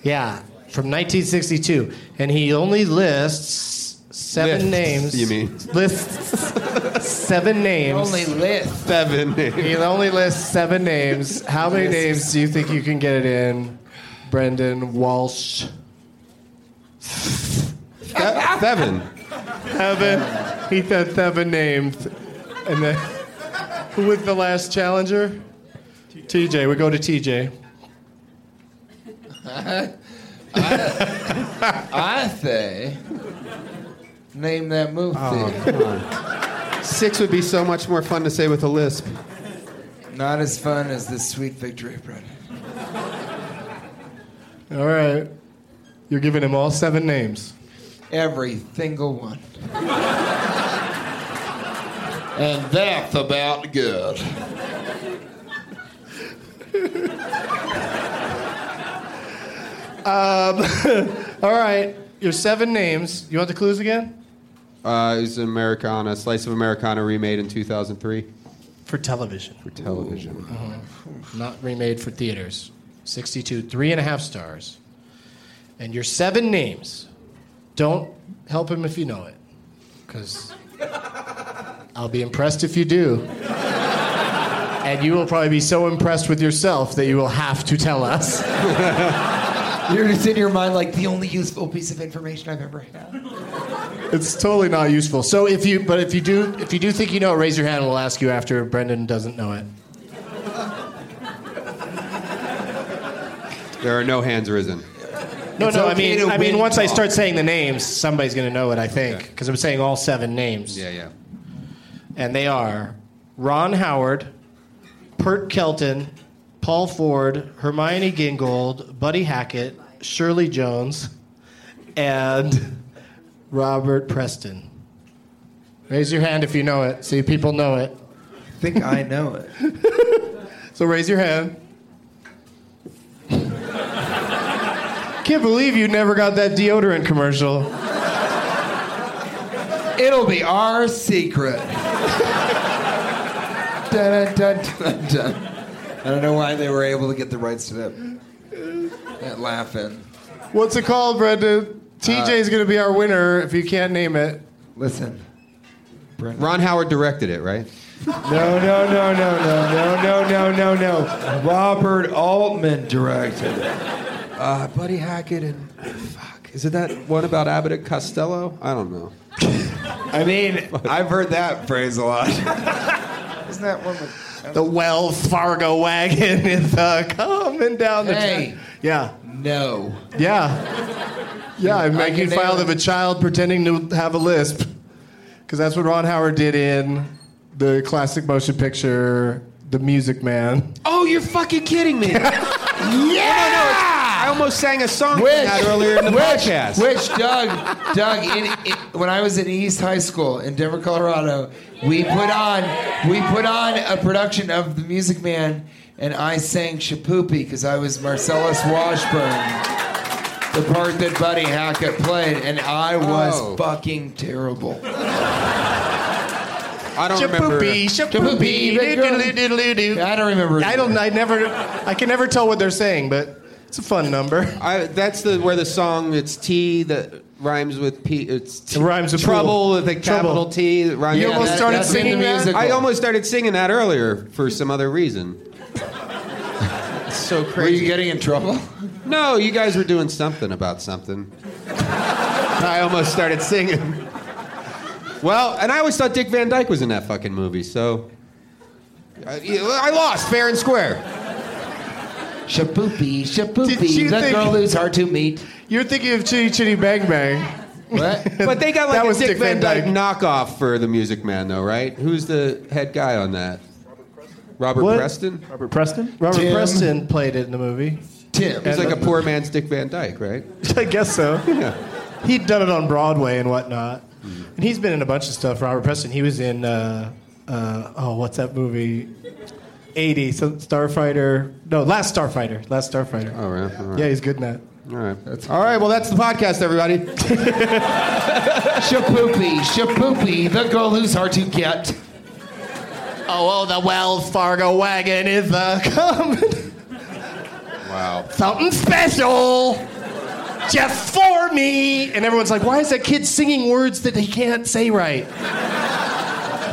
E: Yeah, from 1962. And he only lists seven
F: Lifts,
E: names.
F: you mean.
E: Lists seven names.
D: Only list.
F: Seven.
E: He only lists seven names. How many names do you think you can get it in, Brendan Walsh?
F: Seven.
E: Seven. He said seven names. And then, who was the last challenger? TJ. We go to TJ.
D: I say, name that movie.
F: Six would be so much more fun to say with a lisp.
D: Not as fun as the Sweet Victory Bread.
E: All right. You're giving him all seven names.
D: Every single one. and that's about good.
E: All right. Your seven names. You want the clues again?
F: Uh, it's Americana, slice of Americana, remade in 2003
E: For television.
F: for television.
E: Not remade for theaters. 62, three and a half stars. And your seven names. Don't help him if you know it, because I'll be impressed if you do. And you will probably be so impressed with yourself that you will have to tell us.
D: You're just in your mind like the only useful piece of information I've ever had.
E: It's totally not useful. So if you, but if you do, if you do think you know it, raise your hand. and We'll ask you after Brendan doesn't know it.
F: There are no hands risen.
E: No,
D: It's
E: no. I
D: okay
E: mean,
D: to
E: I mean,
D: win
E: once I
D: talk.
E: start saying the names, somebody's going to know it. I think because I'm saying all seven names.
F: Yeah, yeah.
E: And they are Ron Howard, Pert Kelton, Paul Ford, Hermione Gingold, Buddy Hackett, Shirley Jones, and Robert Preston. Raise your hand if you know it. See, people know it.
D: I think I know it.
E: So raise your hand. Can't believe you never got that deodorant commercial.
D: It'll be our secret. Dun, dun, dun, dun, dun. I don't know why they were able to get the rights to that. That laughing.
E: What's it called, Brendan? TJ's going to be our winner if you can't name it.
D: Listen.
F: Ron Howard directed it, right?
D: No, no, no, no, no, no, no, no, no, no. Robert Altman directed it.
L: Uh, Buddy Hackett and fuck, is it that one about Abbott and Costello? I don't know.
D: I mean,
L: I've heard that phrase a lot.
D: isn't that one with
E: The Wells Fargo wagon is uh, coming down the
D: Hey.
E: track. Yeah,
D: no?
E: yeah, yeah. I'm
D: I
E: making
D: can
E: file
D: name
E: of
D: it.
E: a child pretending to have a lisp, because that's what Ron Howard did in the classic motion picture, The Music Man.
F: Oh, you're fucking kidding me. yeah! I almost sang a song from that earlier in the podcast.
D: Which Doug, Doug, in, in, when I was in East High School in Denver, Colorado, we put on we put on a production of The Music Man, and I sang Shapoopy because I was Marcellus Washburn, the part that Buddy Hackett played, and I was
F: Oh.
D: fucking terrible.
F: I don't remember.
D: Shapoopy, big girl.
E: shapoopy,
D: I don't remember.
E: I don't. I never. I can never tell what they're saying, but it's a fun number.
F: I, that's the where the song it's T that rhymes with P. It's t-
E: It rhymes with
F: trouble
E: pool.
F: with a capital
E: Trouble.
F: T. That rhymes
E: You
F: with
E: almost
F: that-
E: started
D: that's in the
E: singing that.
D: musical.
F: I almost started singing that earlier for some other reason. it's so
D: Were you
F: crazy.
D: getting in trouble?
F: no, you guys were doing something about something. I almost started singing. Well, and I always thought Dick Van Dyke was in that fucking movie, so I, I lost fair and square.
M: Shapoopy,
E: Did you
M: shapoopy. That
E: think-
M: girl who's hard to meet.
E: You're thinking of Chitty Chitty Bang Bang.
M: What?
D: But they got
E: That
D: like a
E: was
D: Dick,
E: Dick
D: Van
E: Van
D: Dyke
E: Dyke.
F: knockoff for the Music Man, though, right? Who's the head guy on that? Robert
C: What?
F: Preston.
C: Robert Preston?
E: Robert
M: Tim.
E: Preston played it in the movie.
M: Tim.
F: He's like a poor man's Dick Van Dyke, right?
E: I guess so.
F: Yeah.
E: He'd done it on Broadway and whatnot. And he's been in a bunch of stuff. Robert Preston. He was in uh, uh, oh, what's that movie? Eighty. So Starfighter. No, Last Starfighter. Last Starfighter.
F: All right. Oh, All right.
E: Yeah, he's good in that.
F: All right. all right. Well, that's the podcast, everybody.
M: Shapoopy, shapoopy. The girl who's hard to get.
E: Oh, oh, the Wells Fargo wagon is a coming.
F: Wow.
E: something special just for me. And everyone's like, why is that kid singing words that he can't say right?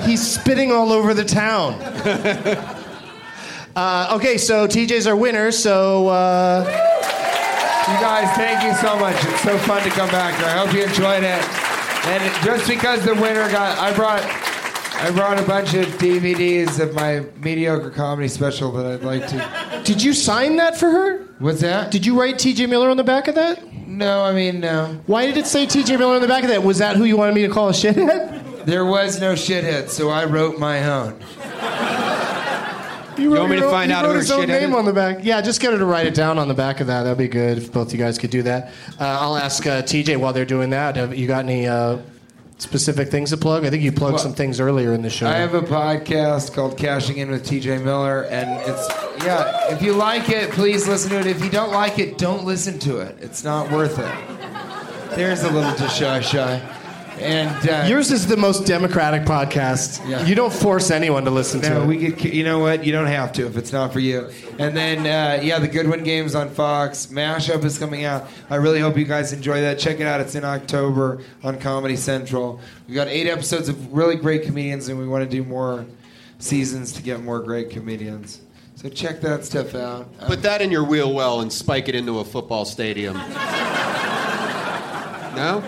E: He's spitting all over the town. Uh, okay, so TJ's our winner, so uh,
D: You guys, thank you so much. It's so fun to come back here. I hope you enjoyed it. And just because the winner got, I brought, I brought a bunch of DVDs of my mediocre comedy special that I'd like to.
E: did you sign that for her?
D: What's that?
E: Did you write TJ Miller on the back of that?
D: no, I mean no.
E: Why did it say TJ Miller on the back of that? Was that who you wanted me to call a shithead?
D: There was no shithead, so I wrote my own.
E: You, wrote
F: want me
E: your
F: to
E: own-
F: find
E: you
F: out
E: wrote
F: who her
E: his own
F: shithead
E: name
F: is?
E: on the back. Yeah, just get her to write it down on the back of that. That'd be good if both you guys could do that. Uh, I'll ask uh, TJ while they're doing that. Have you got any uh, specific things to plug? I think you plugged
D: Well,
E: some things earlier in the show.
D: I have a podcast called Cashing In with TJ Miller, and it's yeah. If you like it, please listen to it. If you don't like it, don't listen to it. It's not worth it. There's a little to shy shy, and uh,
E: Yours is the most democratic podcast.
D: Yeah.
E: You don't force anyone to listen to
D: No,
E: it.
D: we get. You know what? You don't have to if it's not for you. And then, uh, yeah, the Goodwin game's on Fox. Mashup is coming out. I really hope you guys enjoy that. Check it out. It's in October on Comedy Central. We've got eight episodes of really great comedians, and we want to do more seasons to get more great comedians. So check that stuff out. Uh,
F: Put that in your wheel well and spike it into a football stadium. No?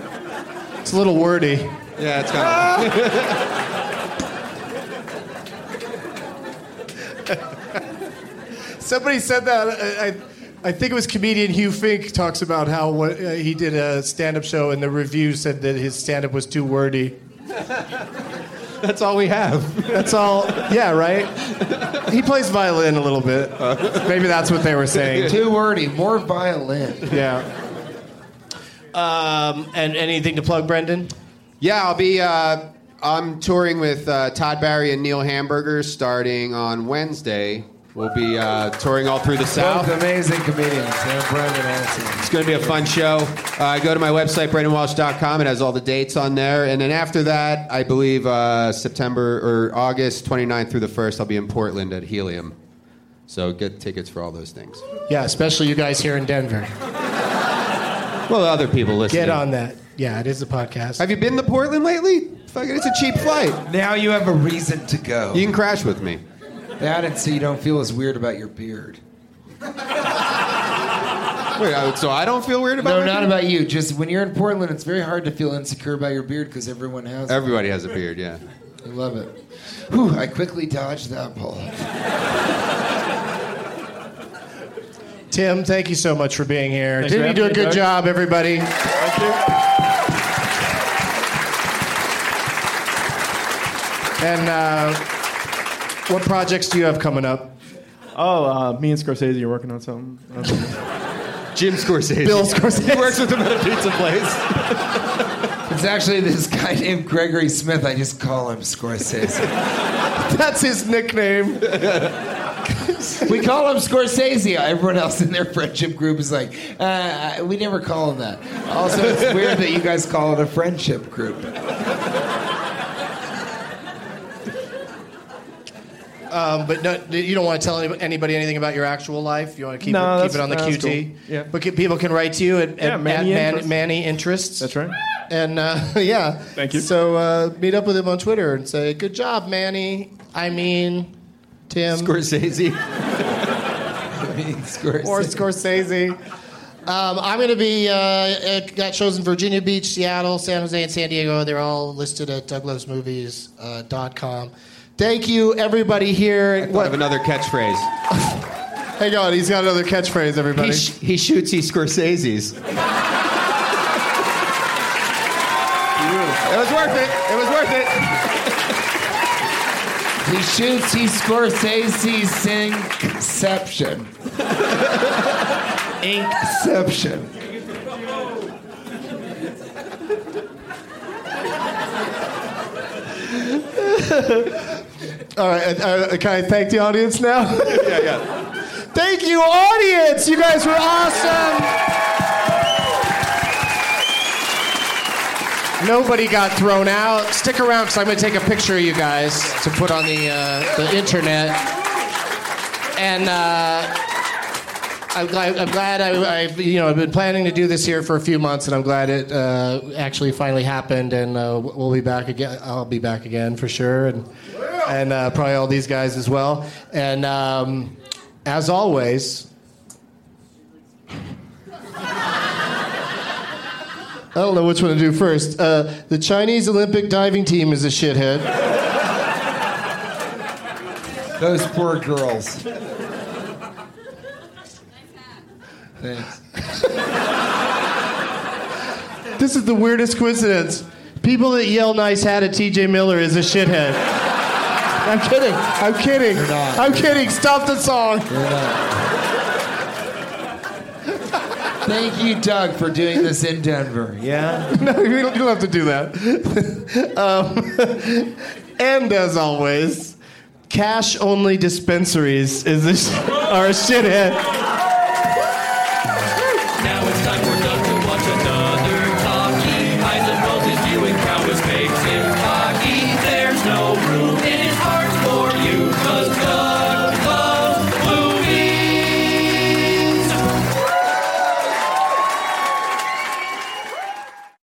E: it's a little wordy.
F: Yeah, it's kind of.
E: Somebody said that. I, I, I think it was comedian Hugh Fink talks about how what, uh, he did a stand-up show and the review said that his stand-up was too wordy.
F: That's all we have.
E: That's all. Yeah, right. He plays violin a little bit. Maybe that's what they were saying.
D: too wordy. More violin.
E: Yeah. Um, and anything to plug, Brendan?
F: Yeah, I'll be. Uh, I'm touring with uh, Todd Barry and Neil Hamburger starting on Wednesday. We'll be uh, touring all through the South.
D: Both amazing comedians. And Brendan Anson.
F: It's going to be a fun show. Uh, go to my website, BrandonWalsh.com. It has all the dates on there. And then after that, I believe uh, September or August 29th through the 1st, I'll be in Portland at Helium. So get tickets for all those things.
E: Yeah, especially you guys here in Denver.
F: Well, the other people listening.
E: Get on that. Yeah, it is a podcast.
F: Have you been to Portland lately? Fucking, it's a cheap flight.
D: Now you have a reason to go.
F: You can crash with me.
D: That and so you don't feel as weird about your beard.
F: Wait, I- so I don't feel weird about
D: No,
F: my
D: not
F: beard?
D: about you. Just when you're in Portland, it's very hard to feel insecure about your beard because everyone has. it.
F: Everybody has a beard, yeah.
D: I love it. Whew, I quickly dodged that bullet.
E: Tim, thank you so much for being here.
C: Thanks
E: Didn't
C: for
E: you do a
C: having me,
E: good
C: Doug.
E: job, everybody? And uh, what projects do you have coming up?
C: Oh, uh, me and Scorsese are working on something. Uh,
F: Jim Scorsese.
E: Bill Scorsese.
F: He works with him at a pizza place.
D: It's actually this guy named Gregory Smith. I just call him Scorsese.
E: That's his nickname.
D: we call him Scorsese. Everyone else in their friendship group is like, uh, we never call him that. Also, it's weird that you guys call it a friendship group.
E: Um, but no, you don't want to tell any- anybody anything about your actual life. You want to keep,
C: No,
E: it, keep
C: that's-
E: it on the
C: no, that's
E: QT.
C: cool. Yeah.
E: But can, people can write to you at, at,
C: Yeah, Manny
E: at Man-
C: Interests.
E: Manny Interests.
C: that's right.
E: And uh, yeah.
C: Thank you.
E: So uh, meet up with him on Twitter and say, "Good job, Manny." I mean, Tim
F: Scorsese.
D: I mean, Scorsese.
E: or Scorsese. Um, I'm going to be uh, at, got shows in Virginia Beach, Seattle, San Jose, and San Diego. They're all listed at douglovesmovies.com. uh, Thank you, everybody here.
F: I have another catchphrase.
E: Hang on, he's got another catchphrase, everybody.
F: He, sh- he shoots his Scorsese's. it was worth it. It was worth it.
D: He shoots, he Scorsese's Inception. Inception.
E: All right, uh, uh, can I thank the audience now?
F: Yeah, yeah.
E: Thank you, audience. You guys were awesome. Nobody got thrown out. Stick around because I'm going to take a picture of you guys to put on the, uh, the internet. And uh, I'm glad, I'm glad I, I, you know, I've been planning to do this here for a few months, and I'm glad it uh, actually finally happened. And uh, we'll be back again. I'll be back again for sure, and and uh, probably all these guys as well. And um, as always, I don't know which one to do first. Uh, the Chinese Olympic diving team is a shithead.
D: Those poor girls. Thanks.
E: This is the weirdest coincidence. People that yell "nice hat" at T.J. Miller is a shithead. I'm kidding. I'm kidding.
D: not.
E: I'm kidding. Stop the song.
D: Thank you, Doug, for doing this in Denver. Yeah?
E: No, you don't, you don't have to do that. um, and as always, cash only dispensaries is a sh- are a shithead.